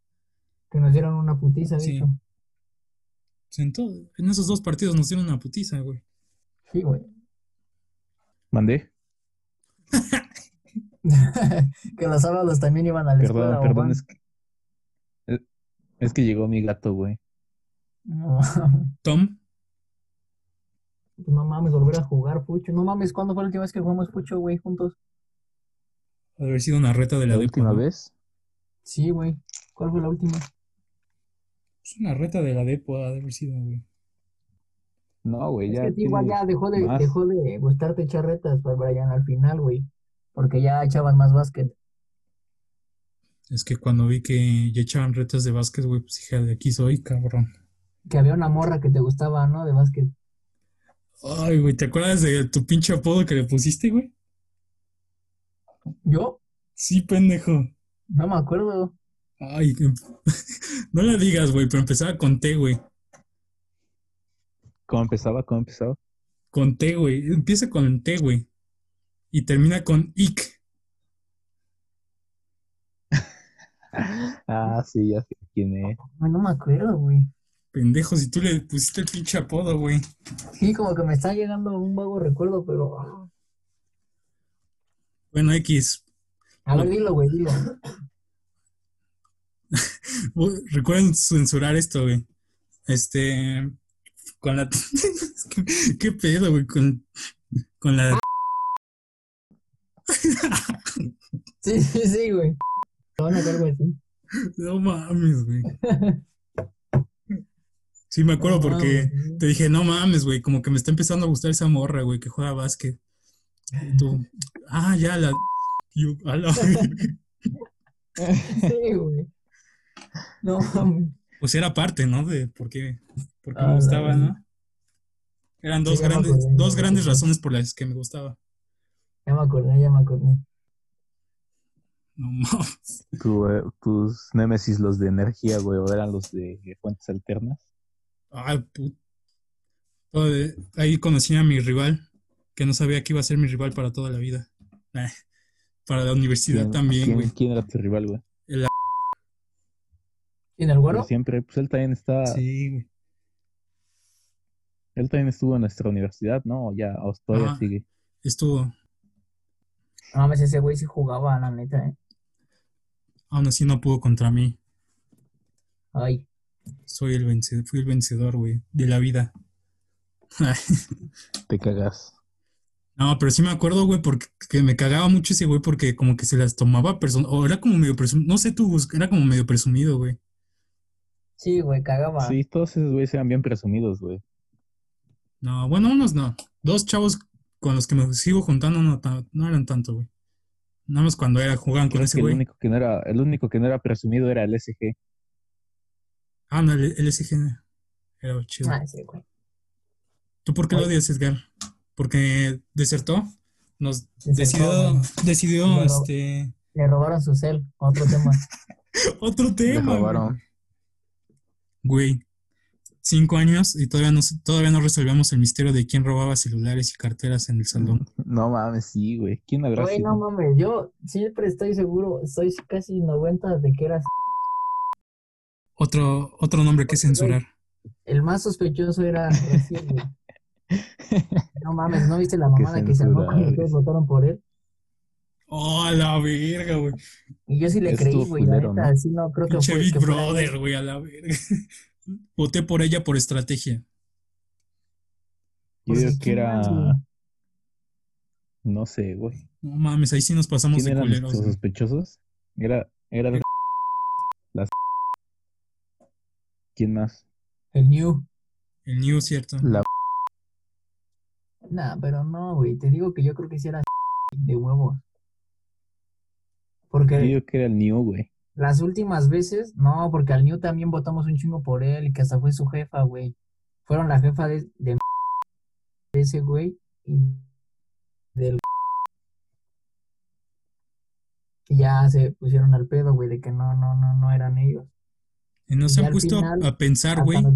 [SPEAKER 3] Que nos dieron una putiza, de
[SPEAKER 2] Sí.
[SPEAKER 3] hecho.
[SPEAKER 2] Pues en, todo- en esos dos partidos nos dieron una putiza, güey.
[SPEAKER 3] Sí, güey.
[SPEAKER 1] Mandé.
[SPEAKER 3] que los sábados también iban a la
[SPEAKER 1] Perdón,
[SPEAKER 3] escuela. ¿o
[SPEAKER 1] perdón,
[SPEAKER 3] van?
[SPEAKER 1] es que. es- Es que llegó mi gato, güey.
[SPEAKER 3] No, Pues
[SPEAKER 2] Tom,
[SPEAKER 3] no mames, volver a jugar, Pucho. No mames, ¿cuándo fue la última vez que jugamos Pucho, güey, juntos?
[SPEAKER 2] ha de haber sido una reta de la,
[SPEAKER 1] La
[SPEAKER 2] depa,
[SPEAKER 1] última
[SPEAKER 2] ¿no?
[SPEAKER 1] vez.
[SPEAKER 3] Sí, güey. ¿Cuál fue la última?
[SPEAKER 2] Es una reta de la depo, ha de haber sido, güey.
[SPEAKER 1] No, güey,
[SPEAKER 3] Es
[SPEAKER 1] ya.
[SPEAKER 3] que a ti igual
[SPEAKER 1] tiene-
[SPEAKER 3] ya dejó de,
[SPEAKER 1] más.
[SPEAKER 3] dejó de gustarte echar retas para Brian al final, güey. Porque ya echaban más básquet.
[SPEAKER 2] Es que cuando vi que ya echaban retas de básquet, güey, pues dije, de aquí soy, cabrón.
[SPEAKER 3] Que había una morra que te gustaba, ¿no? De básquet.
[SPEAKER 2] Ay, güey, ¿te acuerdas de tu pinche apodo que le pusiste, güey?
[SPEAKER 3] ¿Yo?
[SPEAKER 2] Sí, pendejo.
[SPEAKER 3] No me acuerdo.
[SPEAKER 2] Ay, que- no la digas, güey, pero empezaba con T, güey.
[SPEAKER 1] ¿Cómo empezaba? ¿Cómo empezaba?
[SPEAKER 2] Con T, güey. Empieza con T, güey. Y termina con IC.
[SPEAKER 1] Ah, sí, ya sé quién es.
[SPEAKER 3] Ay, No me acuerdo, güey.
[SPEAKER 2] Pendejo, si tú le pusiste el pinche apodo, güey.
[SPEAKER 3] Sí, como que me está llegando un vago recuerdo, pero. ah.
[SPEAKER 2] Bueno, X.
[SPEAKER 3] A ver, dilo, güey, dilo.
[SPEAKER 2] Uy, Recuerden censurar esto, güey. Este. Con la. ¿Qué, qué pedo, güey? Con, con la.
[SPEAKER 3] Sí, sí, sí, güey. No, no, algo así.
[SPEAKER 2] No mames, güey. Sí, me acuerdo
[SPEAKER 3] No
[SPEAKER 2] porque.
[SPEAKER 3] mames, güey.
[SPEAKER 2] Te dije, no mames, güey, como que me está empezando a gustar esa morra, güey, que juega básquet. Y tú, ah, ya, la... y yo, "A la verga".
[SPEAKER 3] Sí, güey. No, mames.
[SPEAKER 2] Pues era parte, ¿no? De por qué, por qué
[SPEAKER 3] A
[SPEAKER 2] me
[SPEAKER 3] Ah, la
[SPEAKER 2] gustaba,
[SPEAKER 3] verga.
[SPEAKER 2] ¿no? Eran
[SPEAKER 3] Sí,
[SPEAKER 2] dos
[SPEAKER 3] ya me
[SPEAKER 2] grandes,
[SPEAKER 3] acordé, ya
[SPEAKER 2] dos
[SPEAKER 3] me
[SPEAKER 2] grandes
[SPEAKER 3] acordé.
[SPEAKER 2] razones por las que me gustaba.
[SPEAKER 3] ya me acordé, ya me acordé.
[SPEAKER 2] No mames.
[SPEAKER 1] Tu, eh, tus némesis, los de energía, güey, o eran los de fuentes alternas.
[SPEAKER 2] Ay, put- Joder, Ahí conocí a mi rival, que no sabía que iba a ser mi rival para toda la vida. Eh, Para la universidad
[SPEAKER 1] ¿Quién-
[SPEAKER 2] también,
[SPEAKER 1] quién-
[SPEAKER 2] güey.
[SPEAKER 1] ¿Quién era tu rival, güey?
[SPEAKER 3] ¿En el
[SPEAKER 1] Pero
[SPEAKER 3] güero?
[SPEAKER 1] siempre, pues él también está,
[SPEAKER 2] Sí, güey.
[SPEAKER 1] él también estuvo en nuestra universidad, ¿no? Ya, o todavía
[SPEAKER 2] Ah.
[SPEAKER 1] sigue.
[SPEAKER 2] Estuvo,
[SPEAKER 3] No mames, ese güey sí jugaba, la neta, eh.
[SPEAKER 2] aún así no pudo contra mí.
[SPEAKER 3] Ay.
[SPEAKER 2] Soy el vencedor, fui el vencedor, güey, de la vida.
[SPEAKER 1] Te cagas.
[SPEAKER 2] No, pero sí me acuerdo, güey, porque que me cagaba mucho ese güey porque como que se las tomaba person o era como medio presumido, no sé tú, Gus, era como medio presumido, güey.
[SPEAKER 3] Sí, güey, cagaba.
[SPEAKER 1] Sí, todos esos güeyes eran bien presumidos, güey.
[SPEAKER 2] No, bueno, unos no. Dos chavos con los que me sigo juntando no, ta- no eran tanto, güey. Nada más cuando era jugaban con
[SPEAKER 1] Creo
[SPEAKER 2] ese
[SPEAKER 1] que el
[SPEAKER 2] güey.
[SPEAKER 1] único que no era, el único que no era presumido era el SG.
[SPEAKER 2] Ah, no, el LSG era chido.
[SPEAKER 3] Ah, sí, güey.
[SPEAKER 2] ¿Tú por qué lo
[SPEAKER 3] Oye.
[SPEAKER 2] odias, Edgar? Porque desertó, nos
[SPEAKER 1] Este,
[SPEAKER 3] Desertó,
[SPEAKER 2] decidió,
[SPEAKER 3] güey.
[SPEAKER 2] decidió,
[SPEAKER 3] Bueno.
[SPEAKER 2] este,
[SPEAKER 3] Le robaron su cel, otro tema.
[SPEAKER 2] otro
[SPEAKER 1] Le
[SPEAKER 2] tema, güey.
[SPEAKER 1] robaron.
[SPEAKER 2] Güey, cinco años y todavía no, todavía no resolvemos el misterio de quién robaba celulares y carteras en el salón.
[SPEAKER 1] No mames, sí, güey. ¿Quién habrá
[SPEAKER 3] Güey,
[SPEAKER 1] sido?
[SPEAKER 3] no mames, yo siempre estoy seguro, estoy casi 90 de que eras.
[SPEAKER 2] Otro, otro nombre que censurar.
[SPEAKER 3] El más sospechoso era Raciel, güey. No mames, ¿no viste la mamada que se armó cuando
[SPEAKER 1] censura,
[SPEAKER 3] ustedes
[SPEAKER 1] güey.
[SPEAKER 3] votaron por él?
[SPEAKER 2] ¡Oh, a la verga, güey!
[SPEAKER 3] Y yo sí le
[SPEAKER 1] Estuvo
[SPEAKER 3] creí, güey, la
[SPEAKER 1] culero,
[SPEAKER 3] neta,
[SPEAKER 1] ¿no?
[SPEAKER 3] sí, no, creo que
[SPEAKER 2] Pinche
[SPEAKER 3] fue.
[SPEAKER 2] Big
[SPEAKER 3] que fuera-
[SPEAKER 2] Brother, güey, a la verga. Voté por ella por estrategia.
[SPEAKER 1] Yo
[SPEAKER 3] Pues,
[SPEAKER 1] digo que
[SPEAKER 3] ¿quién
[SPEAKER 1] era,
[SPEAKER 3] más, güey?
[SPEAKER 1] no sé, güey.
[SPEAKER 2] No mames, ahí sí nos pasamos
[SPEAKER 1] ¿Quién
[SPEAKER 2] de
[SPEAKER 1] eran
[SPEAKER 2] culeros.
[SPEAKER 1] los
[SPEAKER 2] güey.
[SPEAKER 1] sospechosos? Era, era la- las. ¿Quién más?
[SPEAKER 3] El New.
[SPEAKER 2] El New, cierto.
[SPEAKER 1] La
[SPEAKER 3] Nah, pero no, güey, te digo que yo creo que sí era. de huevos. Porque
[SPEAKER 1] Yo que era el New, güey.
[SPEAKER 3] las últimas veces, no, porque al New también votamos un chingo por él y que hasta fue su jefa, güey. Fueron la jefa de, de de ese güey y del y ya se pusieron al pedo, güey, de que no, no, no, no eran ellos.
[SPEAKER 2] Y no se
[SPEAKER 3] Y
[SPEAKER 2] han
[SPEAKER 3] al
[SPEAKER 2] puesto
[SPEAKER 3] final,
[SPEAKER 2] a pensar,
[SPEAKER 3] Hasta
[SPEAKER 2] güey.
[SPEAKER 3] Nos,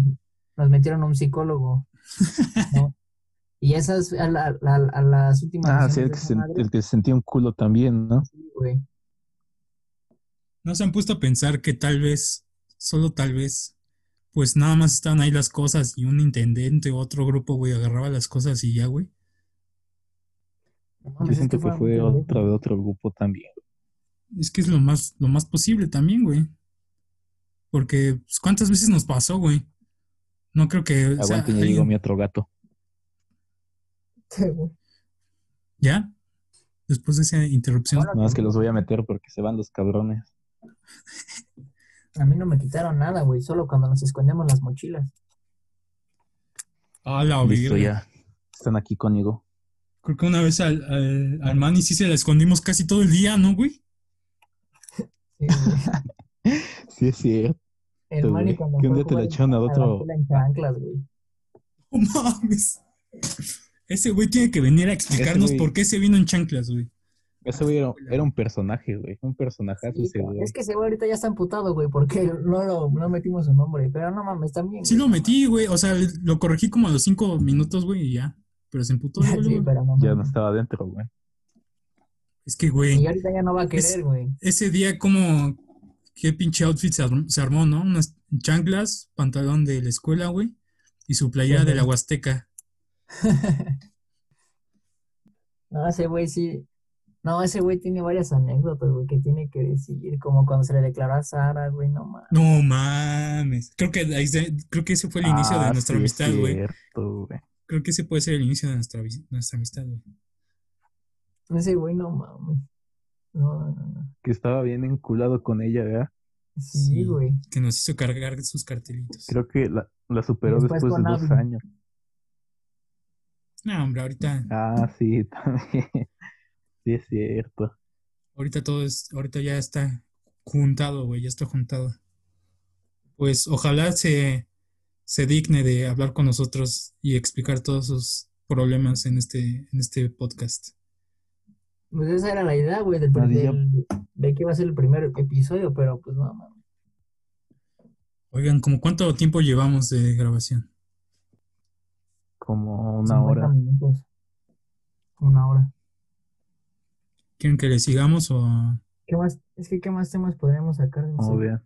[SPEAKER 3] nos metieron a un psicólogo. ¿no? Y esas, a, la- a- a las últimas.
[SPEAKER 1] Ah, sí,
[SPEAKER 3] sesiones
[SPEAKER 1] el
[SPEAKER 3] de
[SPEAKER 1] que,
[SPEAKER 3] esa
[SPEAKER 1] se,
[SPEAKER 3] madre,
[SPEAKER 1] el que se sentía un culo también, ¿no?
[SPEAKER 3] sí, güey.
[SPEAKER 2] No se han puesto a pensar que tal vez, solo tal vez, pues nada más estaban ahí las cosas y un intendente o otro grupo, güey, agarraba las cosas y ya, güey.
[SPEAKER 3] No mames,
[SPEAKER 1] Yo
[SPEAKER 3] es
[SPEAKER 1] siento que
[SPEAKER 3] fueron
[SPEAKER 1] fue
[SPEAKER 3] muchas veces.
[SPEAKER 1] otro de otro grupo también.
[SPEAKER 2] Es que es lo más, lo más posible también, güey. Porque, pues, ¿cuántas veces nos pasó, güey? No creo que... o sea,
[SPEAKER 1] Aguanten, ya llegó
[SPEAKER 2] alguien-
[SPEAKER 1] mi otro gato.
[SPEAKER 3] Sí, güey.
[SPEAKER 2] ¿Ya? Después de esa interrupción.
[SPEAKER 3] Ahora-
[SPEAKER 1] Nada más que los voy a meter porque se van los cabrones.
[SPEAKER 3] A mí no me quitaron nada, güey, solo cuando nos escondemos las mochilas.
[SPEAKER 2] A la
[SPEAKER 1] Listo,
[SPEAKER 2] verga.
[SPEAKER 1] ya. Están aquí conmigo.
[SPEAKER 2] Creo que una vez al, al, al Manny sí se la escondimos casi todo el día, ¿no, güey?
[SPEAKER 3] Sí, güey.
[SPEAKER 1] Sí, es cierto.
[SPEAKER 3] El Manny
[SPEAKER 1] Este, güey.
[SPEAKER 3] cuando
[SPEAKER 1] Que un
[SPEAKER 3] fue
[SPEAKER 1] día te la
[SPEAKER 3] jugar
[SPEAKER 1] echaron a
[SPEAKER 3] la
[SPEAKER 1] otro.
[SPEAKER 3] basura en chanclas, güey.
[SPEAKER 2] No mames. Ese güey tiene que venir a explicarnos
[SPEAKER 1] güey-
[SPEAKER 2] por qué se vino en chanclas, güey.
[SPEAKER 1] Ese güey era, era un personaje, güey. Un personaje
[SPEAKER 3] Sí,
[SPEAKER 1] ese güey.
[SPEAKER 3] es que ese güey ahorita ya está amputado, güey, porque no, lo- no metimos su nombre. Pero no mames, también.
[SPEAKER 2] Sí
[SPEAKER 3] güey.
[SPEAKER 2] lo metí, güey. O sea, lo corregí como a los cinco minutos, güey, y ya. Pero se emputó. luego,
[SPEAKER 3] Sí,
[SPEAKER 2] luego.
[SPEAKER 3] pero no
[SPEAKER 1] Ya no
[SPEAKER 3] mames.
[SPEAKER 1] estaba adentro, güey.
[SPEAKER 2] Es que,
[SPEAKER 3] Y
[SPEAKER 2] güey,
[SPEAKER 3] ahorita ya no va a querer, güey.
[SPEAKER 2] ese día como... Qué pinche outfit se arm- se armó, ¿no? Unas chanclas, pantalón de la escuela, güey. Y su playera de la Huasteca.
[SPEAKER 3] No, ese güey sí. No, ese güey tiene varias anécdotas, güey, que tiene que decir. Como cuando se le declaró a Sara, güey, no mames.
[SPEAKER 2] No mames. Creo que, ahí se- creo que ese fue el inicio
[SPEAKER 1] Ah,
[SPEAKER 2] de nuestra
[SPEAKER 1] sí, es
[SPEAKER 2] amistad, güey.
[SPEAKER 1] cierto, güey.
[SPEAKER 2] Creo que ese puede ser el inicio de nuestra, vi- nuestra amistad, güey.
[SPEAKER 3] Ese güey, no mames. No, no, no, no.
[SPEAKER 1] Que estaba bien enculado con ella, ¿verdad?
[SPEAKER 2] Sí.
[SPEAKER 3] Sí, güey.
[SPEAKER 2] Que nos hizo cargar sus cartelitos.
[SPEAKER 1] Creo que la, la superó
[SPEAKER 3] Después
[SPEAKER 1] después,
[SPEAKER 3] con
[SPEAKER 1] de dos
[SPEAKER 3] Abby.
[SPEAKER 1] años.
[SPEAKER 2] No, hombre, ahorita,
[SPEAKER 1] Ah, sí, también. Sí, es cierto.
[SPEAKER 2] ahorita todo es, ahorita ya está juntado, güey, ya está juntado. Pues ojalá se, se digne de hablar con nosotros y explicar todos sus problemas en este, en este podcast.
[SPEAKER 3] Pues esa era la idea, güey, del, pr-
[SPEAKER 1] Nadie ya-
[SPEAKER 3] del- de que iba a ser el primer episodio, pero pues no mames.
[SPEAKER 2] Oigan, ¿cómo cuánto tiempo llevamos de grabación?
[SPEAKER 1] Como una
[SPEAKER 3] 50
[SPEAKER 1] hora.
[SPEAKER 3] minutos. Una hora.
[SPEAKER 2] ¿Quieren que le sigamos o
[SPEAKER 3] ¿Qué más? Es que, ¿qué más temas podríamos sacar? de
[SPEAKER 1] Como
[SPEAKER 3] ese-
[SPEAKER 1] vean.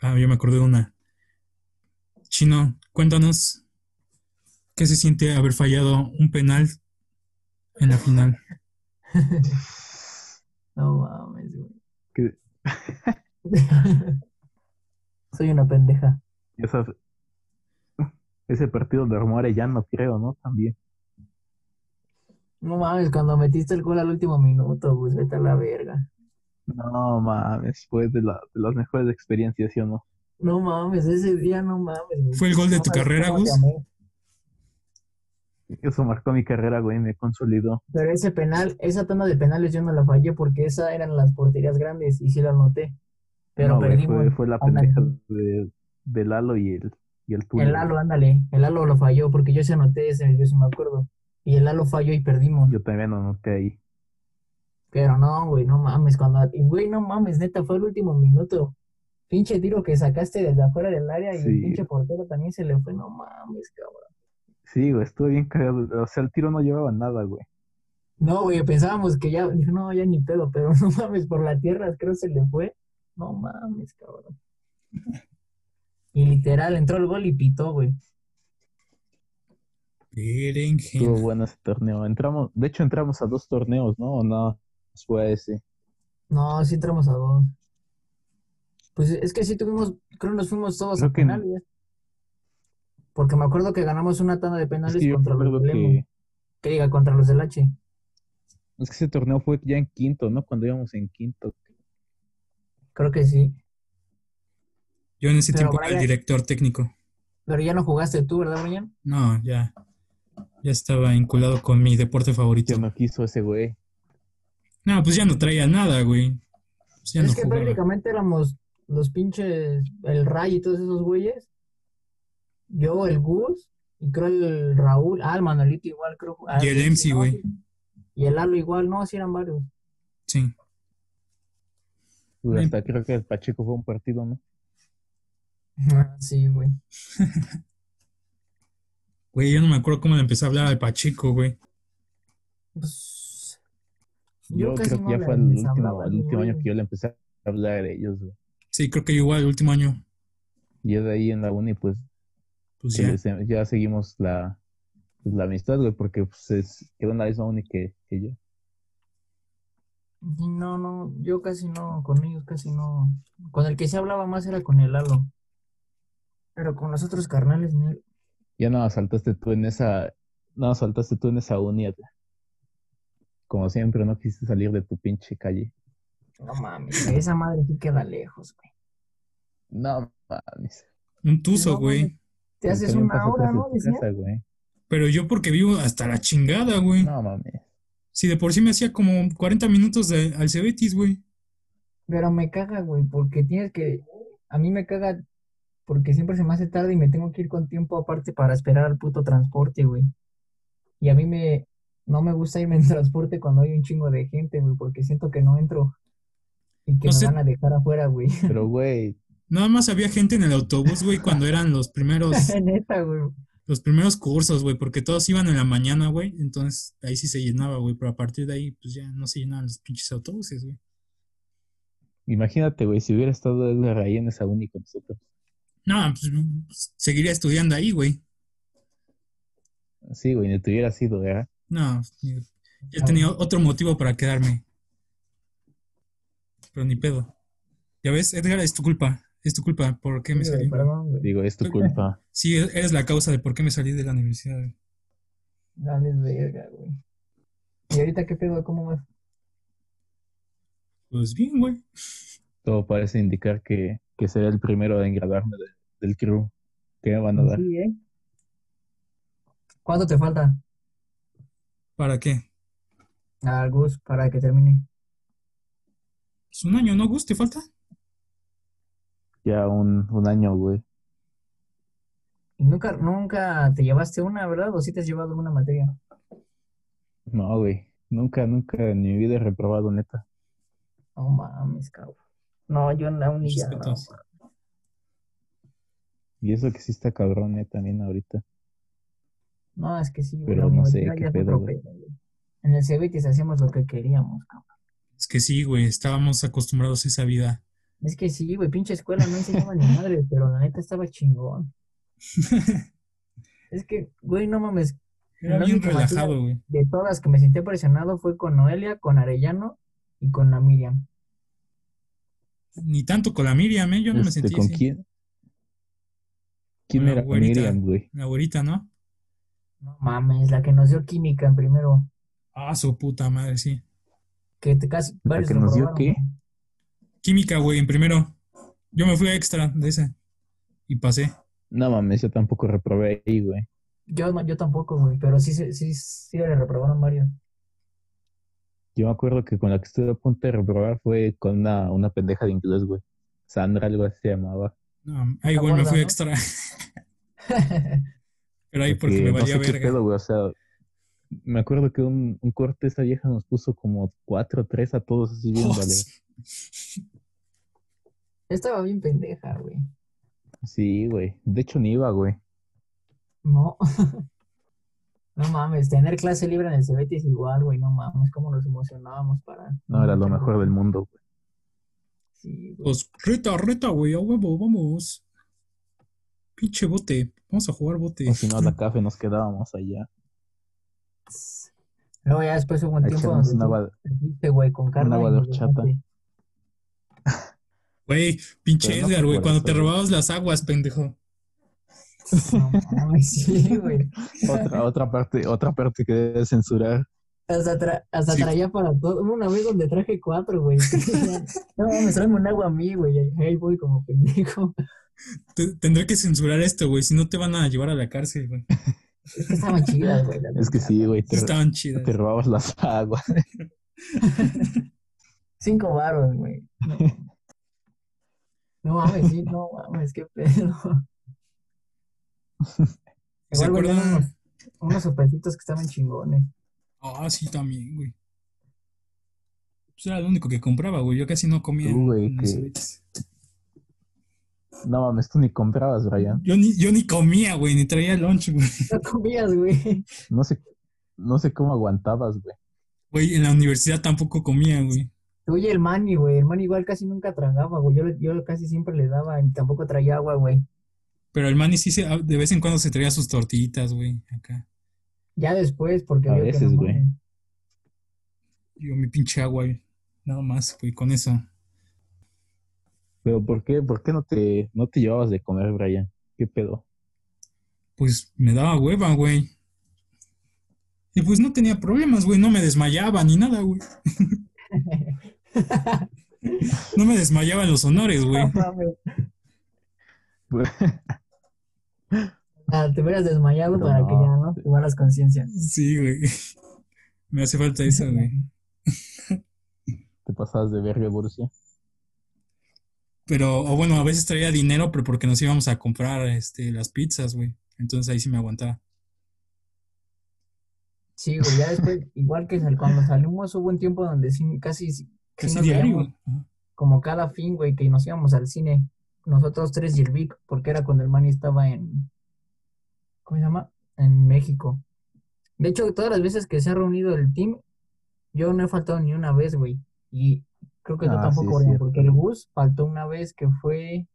[SPEAKER 2] Ah, yo me acordé de una. Chino, cuéntanos qué se siente haber fallado un penal en la final.
[SPEAKER 3] No mames, güey.
[SPEAKER 1] ¿Qué?
[SPEAKER 3] Soy una pendeja.
[SPEAKER 1] Esas- ese partido de armó Arellano, creo, ¿no? También.
[SPEAKER 3] No mames, cuando metiste el gol al último minuto, pues vete a la verga.
[SPEAKER 1] No mames, fue de, la- de las mejores experiencias, ¿sí o no?
[SPEAKER 3] No mames, ese día no mames, güey.
[SPEAKER 2] ¿Fue el gol de
[SPEAKER 3] No
[SPEAKER 2] tu
[SPEAKER 3] sabes
[SPEAKER 2] carrera,
[SPEAKER 3] cómo te
[SPEAKER 2] Gus?
[SPEAKER 3] amé.
[SPEAKER 1] Eso marcó mi carrera, güey, me consolidó.
[SPEAKER 3] Pero ese penal, esa tanda de penales yo no la fallé porque esa eran las porterías grandes y sí la anoté. Pero
[SPEAKER 1] No, güey,
[SPEAKER 3] perdimos.
[SPEAKER 1] fue, fue la
[SPEAKER 3] Aún
[SPEAKER 1] pendeja
[SPEAKER 3] así.
[SPEAKER 1] de, de Lalo y el, y el tuyo.
[SPEAKER 3] El Lalo, ándale. El Lalo lo falló porque yo se anoté ese, yo sí me acuerdo. Y el Lalo falló y perdimos.
[SPEAKER 1] Yo también lo noté ahí.
[SPEAKER 3] Pero no, güey, no mames, cuando, y, güey, no mames, neta, fue el último minuto. Pinche tiro que sacaste desde afuera del área y el
[SPEAKER 1] Sí.
[SPEAKER 3] pinche portero también se le fue, no mames, cabrón.
[SPEAKER 1] Sí, güey, estuve bien cagado. O sea, el tiro no llevaba nada, güey.
[SPEAKER 3] No, güey, pensábamos que ya, dije, no, ya ni pedo, pero no mames, por la tierra creo se le fue. No mames, cabrón. Y literal, entró el gol y pitó, güey.
[SPEAKER 2] Berenjena.
[SPEAKER 1] Estuvo bueno ese torneo. Entramos, de hecho, entramos a dos torneos, ¿no? ¿O no? Fue a ese.
[SPEAKER 3] No, sí entramos a dos. Pues es que sí tuvimos, creo nos fuimos todos
[SPEAKER 1] Creo
[SPEAKER 3] a
[SPEAKER 1] que no.
[SPEAKER 3] penales. Porque me acuerdo que ganamos una tanda de penales
[SPEAKER 1] Es que yo
[SPEAKER 3] contra los
[SPEAKER 1] recuerdo
[SPEAKER 3] del Emo.
[SPEAKER 1] que,
[SPEAKER 3] Que diga, contra los del H.
[SPEAKER 1] es que ese torneo fue ya en quinto, ¿no? Cuando íbamos en quinto.
[SPEAKER 3] Creo que sí.
[SPEAKER 2] Yo en ese
[SPEAKER 3] Pero
[SPEAKER 2] tiempo era el
[SPEAKER 3] Brian-
[SPEAKER 2] director técnico.
[SPEAKER 3] Pero ya no jugaste tú, ¿verdad, Brian?
[SPEAKER 2] No, ya. Ya estaba vinculado con mi deporte favorito.
[SPEAKER 1] Yo no quiso ese güey.
[SPEAKER 2] No, pues ya no traía nada, güey. Pues ya
[SPEAKER 3] es
[SPEAKER 2] no
[SPEAKER 3] que
[SPEAKER 2] jugaba.
[SPEAKER 3] prácticamente éramos los pinches, el Ray y todos esos güeyes. Yo, el Gus, y creo el Raúl, ah, el Manolito igual, creo. ah,
[SPEAKER 2] Y el
[SPEAKER 3] sí,
[SPEAKER 2] MC,
[SPEAKER 3] no,
[SPEAKER 2] güey.
[SPEAKER 3] sí. Y el Lalo igual, no, sí eran varios.
[SPEAKER 2] Sí.
[SPEAKER 1] Uy,
[SPEAKER 2] Ay.
[SPEAKER 1] hasta creo que el Pacheco fue un partido, ¿no?
[SPEAKER 3] Ah, Sí, güey.
[SPEAKER 2] Güey, yo no me acuerdo cómo le empecé a hablar al Pachico, güey.
[SPEAKER 3] Pues,
[SPEAKER 1] Yo,
[SPEAKER 3] casi
[SPEAKER 1] creo que
[SPEAKER 3] no
[SPEAKER 1] ya
[SPEAKER 3] le-
[SPEAKER 1] fue el
[SPEAKER 3] les
[SPEAKER 1] último,
[SPEAKER 3] hablaba,
[SPEAKER 1] el último
[SPEAKER 3] güey.
[SPEAKER 1] año que yo le empecé a hablar a ellos, güey.
[SPEAKER 2] Sí, creo que igual el último año.
[SPEAKER 1] Y ya de ahí en la uni, pues
[SPEAKER 2] Pues
[SPEAKER 1] que
[SPEAKER 2] ya.
[SPEAKER 1] les- ya. seguimos la, pues, la amistad, güey, porque pues, es, quedó en la misma uni que, que yo.
[SPEAKER 3] No, no, yo casi no, con ellos casi no. Con el que se hablaba más era con el Lalo. Pero con los otros carnales, ni-
[SPEAKER 1] Ya nada, saltaste tú en esa, nada, saltaste tú en esa uni. Atla. Como siempre, no quisiste salir de tu pinche calle.
[SPEAKER 3] No mames, esa madre sí queda lejos, güey.
[SPEAKER 1] No mames.
[SPEAKER 2] Un tuzo,
[SPEAKER 3] No,
[SPEAKER 2] güey.
[SPEAKER 3] mames. Te
[SPEAKER 1] El
[SPEAKER 3] haces
[SPEAKER 1] camión
[SPEAKER 3] una
[SPEAKER 1] pasa
[SPEAKER 3] hora,
[SPEAKER 1] atrás de
[SPEAKER 3] ¿no?
[SPEAKER 1] tu
[SPEAKER 3] Decía.
[SPEAKER 1] casa, güey.
[SPEAKER 2] Pero yo porque vivo hasta la chingada, güey.
[SPEAKER 1] No mames.
[SPEAKER 2] Si de por sí me hacía como 40 minutos de, al Cebetis, güey.
[SPEAKER 3] Pero me caga, güey, porque tienes que. A mí me caga porque siempre se me hace tarde y me tengo que ir con tiempo aparte para esperar al puto transporte, güey. Y a mí me. No me gusta irme en transporte cuando hay un chingo de gente, güey, porque siento que no entro y que me
[SPEAKER 2] No sé.
[SPEAKER 3] van a dejar afuera, güey.
[SPEAKER 1] Pero, güey,
[SPEAKER 2] Nada más había gente en el autobús, güey, cuando eran los primeros,
[SPEAKER 3] Neta, güey.
[SPEAKER 2] los primeros cursos, güey, porque todos iban en la mañana, güey. Entonces ahí sí se llenaba, güey. Pero a partir de ahí, pues ya no se llenaban los pinches autobuses, güey.
[SPEAKER 1] imagínate, güey, si hubiera estado Edgar ahí en esa uni con nosotros.
[SPEAKER 2] No, pues seguiría estudiando ahí, güey.
[SPEAKER 1] Sí, güey, ni te hubiera sido, ¿verdad?
[SPEAKER 2] No, ni- ya tenía otro motivo para quedarme. Pero ni pedo. Ya ves, Edgar, es tu culpa. Es tu culpa. ¿Por qué me
[SPEAKER 3] Sí,
[SPEAKER 2] salí?
[SPEAKER 3] güey, perdón, güey.
[SPEAKER 1] Digo, es tu culpa.
[SPEAKER 2] Sí, eres la causa de por qué me salí de la universidad, güey.
[SPEAKER 3] Dales verga, güey. ¿Y ahorita qué pedo? ¿Cómo vas?
[SPEAKER 2] Pues bien, güey.
[SPEAKER 1] Todo parece indicar que, que seré el primero en graduarme de- del crew. ¿Qué me van a dar?
[SPEAKER 3] Sí, ¿eh? ¿Cuánto te falta?
[SPEAKER 2] ¿Para qué?
[SPEAKER 3] Al Gus para que termine.
[SPEAKER 2] Pues un año, ¿no, Gus? ¿Te falta?
[SPEAKER 1] Ya un, un año, güey.
[SPEAKER 3] Y nunca, nunca te llevaste una, ¿verdad? ¿O sí te has llevado una materia?
[SPEAKER 1] No, güey. Nunca, nunca en mi vida he reprobado, neta.
[SPEAKER 3] No mames, cabrón. No, yo en la uni ya no.
[SPEAKER 2] Respetos.
[SPEAKER 1] Y eso que sí está cabrón, eh, también ahorita.
[SPEAKER 3] No, es que sí, güey,
[SPEAKER 1] Pero
[SPEAKER 3] la
[SPEAKER 1] no sé
[SPEAKER 3] universidad
[SPEAKER 1] qué
[SPEAKER 3] ya es
[SPEAKER 1] pedo,
[SPEAKER 3] otro
[SPEAKER 1] güey.
[SPEAKER 3] pedo, güey. En el Cebetis hacíamos lo que queríamos, cabrón.
[SPEAKER 2] Es que sí, güey. Estábamos acostumbrados a esa vida.
[SPEAKER 3] Es que sí, güey, pinche escuela no enseñaba ni madre, pero la neta estaba chingón. Es que, güey, no mames,
[SPEAKER 2] Era
[SPEAKER 3] La
[SPEAKER 2] bien
[SPEAKER 3] única
[SPEAKER 2] relajado, güey.
[SPEAKER 3] de todas que me sentí presionado fue con Noelia, con Arellano y con la Miriam.
[SPEAKER 2] Ni tanto con la Miriam, ¿eh? Yo no me
[SPEAKER 1] Este,
[SPEAKER 2] sentí
[SPEAKER 1] ¿Con
[SPEAKER 2] así.
[SPEAKER 1] quién? ¿Quién
[SPEAKER 2] Con la
[SPEAKER 1] era
[SPEAKER 2] güerita.
[SPEAKER 1] Miriam, güey?
[SPEAKER 2] La abuelita, ¿no?
[SPEAKER 3] No mames, la que nos dio química en primero.
[SPEAKER 2] Ah, su puta madre, sí.
[SPEAKER 3] Que te casi
[SPEAKER 1] ¿La
[SPEAKER 3] varios
[SPEAKER 1] que nos dio
[SPEAKER 3] reprobaron,
[SPEAKER 1] qué?
[SPEAKER 3] güey.
[SPEAKER 2] Química, güey, en primero. Yo me fui a extra de esa. Y pasé.
[SPEAKER 1] No mames, yo tampoco reprobé ahí, güey.
[SPEAKER 3] Yo, yo tampoco, güey, pero sí, se- sí, sí le reprobaron varios.
[SPEAKER 1] Yo me acuerdo que con la que estuve a punto de reprobar fue con una, una pendeja de inglés, güey. Sandra, algo así se llamaba.
[SPEAKER 2] No, ah,
[SPEAKER 3] La
[SPEAKER 2] igual me
[SPEAKER 3] gorda,
[SPEAKER 2] fui a
[SPEAKER 3] ¿no?
[SPEAKER 2] extra. Pero ahí porque me
[SPEAKER 1] no
[SPEAKER 2] valía
[SPEAKER 1] sé qué
[SPEAKER 2] verga.
[SPEAKER 1] pedo, güey, O sea, me acuerdo que un, un corte esa vieja nos puso como cuatro o tres a todos así bien,
[SPEAKER 2] Oh,
[SPEAKER 1] vale.
[SPEAKER 3] Estaba bien pendeja, güey.
[SPEAKER 1] Sí, güey. De hecho, ni iba, güey.
[SPEAKER 3] No. No mames, tener clase libre en el Cebetis igual, güey, no mames, cómo nos emocionábamos para...
[SPEAKER 1] No era lo mejor del mundo, güey.
[SPEAKER 3] Sí, güey.
[SPEAKER 2] Pues reta, reta, güey, a huevo, vamos. Pinche bote, vamos a jugar bote.
[SPEAKER 1] O si no, a la café nos quedábamos allá.
[SPEAKER 3] Luego ya después hubo un
[SPEAKER 1] A
[SPEAKER 3] tiempo
[SPEAKER 1] echarnos
[SPEAKER 3] donde
[SPEAKER 1] una
[SPEAKER 3] tú
[SPEAKER 1] bala.
[SPEAKER 3] te fuiste, güey, con Carla
[SPEAKER 1] agua
[SPEAKER 3] y
[SPEAKER 1] de
[SPEAKER 3] nos
[SPEAKER 1] horchata.
[SPEAKER 3] dejaste.
[SPEAKER 2] Güey, pinche
[SPEAKER 1] Pero no
[SPEAKER 2] Edgar, güey,
[SPEAKER 1] por
[SPEAKER 2] cuando
[SPEAKER 1] eso,
[SPEAKER 2] te
[SPEAKER 1] güey.
[SPEAKER 2] robabas las aguas, pendejo.
[SPEAKER 3] No mames, sí, güey.
[SPEAKER 1] Otra, otra parte, otra parte que debe censurar.
[SPEAKER 3] Hasta, tra- hasta
[SPEAKER 2] Sí.
[SPEAKER 3] traía para todo. Hubo Una vez donde traje cuatro, güey. No mames, tráeme un agua a mí, güey. Ahí voy como pendejo.
[SPEAKER 2] Te- tendré que censurar esto, güey, si no te van a llevar a la cárcel, güey.
[SPEAKER 3] Es que estaban chidas, güey. la
[SPEAKER 1] Es que
[SPEAKER 3] neta.
[SPEAKER 1] sí, güey, te,
[SPEAKER 2] Estaban chidas.
[SPEAKER 1] te robabas las aguas.
[SPEAKER 3] Cinco varos, güey. No. No mames, sí, no mames, qué pedo.
[SPEAKER 2] ¿Se
[SPEAKER 3] Igual vendían
[SPEAKER 2] acuerdan?
[SPEAKER 3] unos, unos sopecitos que estaban chingones.
[SPEAKER 2] Ah, sí, también, güey. Pues era lo único que compraba, güey. Yo casi no comía.
[SPEAKER 1] Tú, güey,
[SPEAKER 2] en
[SPEAKER 1] que-
[SPEAKER 2] los eventos.
[SPEAKER 1] No mames, tú ni comprabas, Brian.
[SPEAKER 2] Yo ni, yo ni comía, güey, ni traía lunch, güey.
[SPEAKER 3] No comías, güey.
[SPEAKER 1] No sé, no sé cómo aguantabas, güey.
[SPEAKER 2] Güey, en la universidad tampoco comía, güey.
[SPEAKER 3] Tú y el Manny, güey. El Manny igual casi nunca tragaba, güey. Yo, le- yo casi siempre le daba y tampoco traía agua, güey.
[SPEAKER 2] Pero el Manny sí se, ah, de vez en cuando se traía sus tortillitas, güey, acá.
[SPEAKER 3] Ya después, porque...
[SPEAKER 1] A
[SPEAKER 3] vio que
[SPEAKER 1] veces,
[SPEAKER 3] no
[SPEAKER 1] güey.
[SPEAKER 3] mames.
[SPEAKER 2] Yo mi pinche agua, güey. Nada más, güey, con eso.
[SPEAKER 1] Pero ¿por qué, por qué no te, no te llevabas de comer, Brian? ¿Qué pedo?
[SPEAKER 2] Pues me daba hueva, güey. Y pues no tenía problemas, güey. No me desmayaba ni nada, güey. No me desmayaba en los honores, güey.
[SPEAKER 3] No mames. Ah, te hubieras desmayado
[SPEAKER 1] Pero
[SPEAKER 3] para que
[SPEAKER 1] no.
[SPEAKER 3] ya, ¿no? Te malas conciencias.
[SPEAKER 2] Sí, güey. Me hace falta eso, güey.
[SPEAKER 1] ¿Te pasabas de verga, Borussia?
[SPEAKER 2] Pero, o bueno, a veces traía dinero, pero porque nos íbamos a comprar este, las pizzas, güey. Entonces ahí sí me aguantaba.
[SPEAKER 3] Sí, güey. Ya después, igual que sal- cuando salimos, hubo un tiempo donde sí, casi... sí
[SPEAKER 2] Casi
[SPEAKER 3] nos
[SPEAKER 2] diario,
[SPEAKER 3] veíamos
[SPEAKER 2] güey. Ajá.
[SPEAKER 3] como cada fin, güey, que nos íbamos al cine, nosotros tres y el Vic, porque era cuando el Manny estaba en, ¿cómo se llama? En México. De hecho, todas las veces que se ha reunido el team, yo no he faltado ni una vez, güey. Y creo que tú
[SPEAKER 1] Ah, sí,
[SPEAKER 3] tampoco, Brian,
[SPEAKER 1] cierto.
[SPEAKER 3] porque el bus faltó una vez que fue...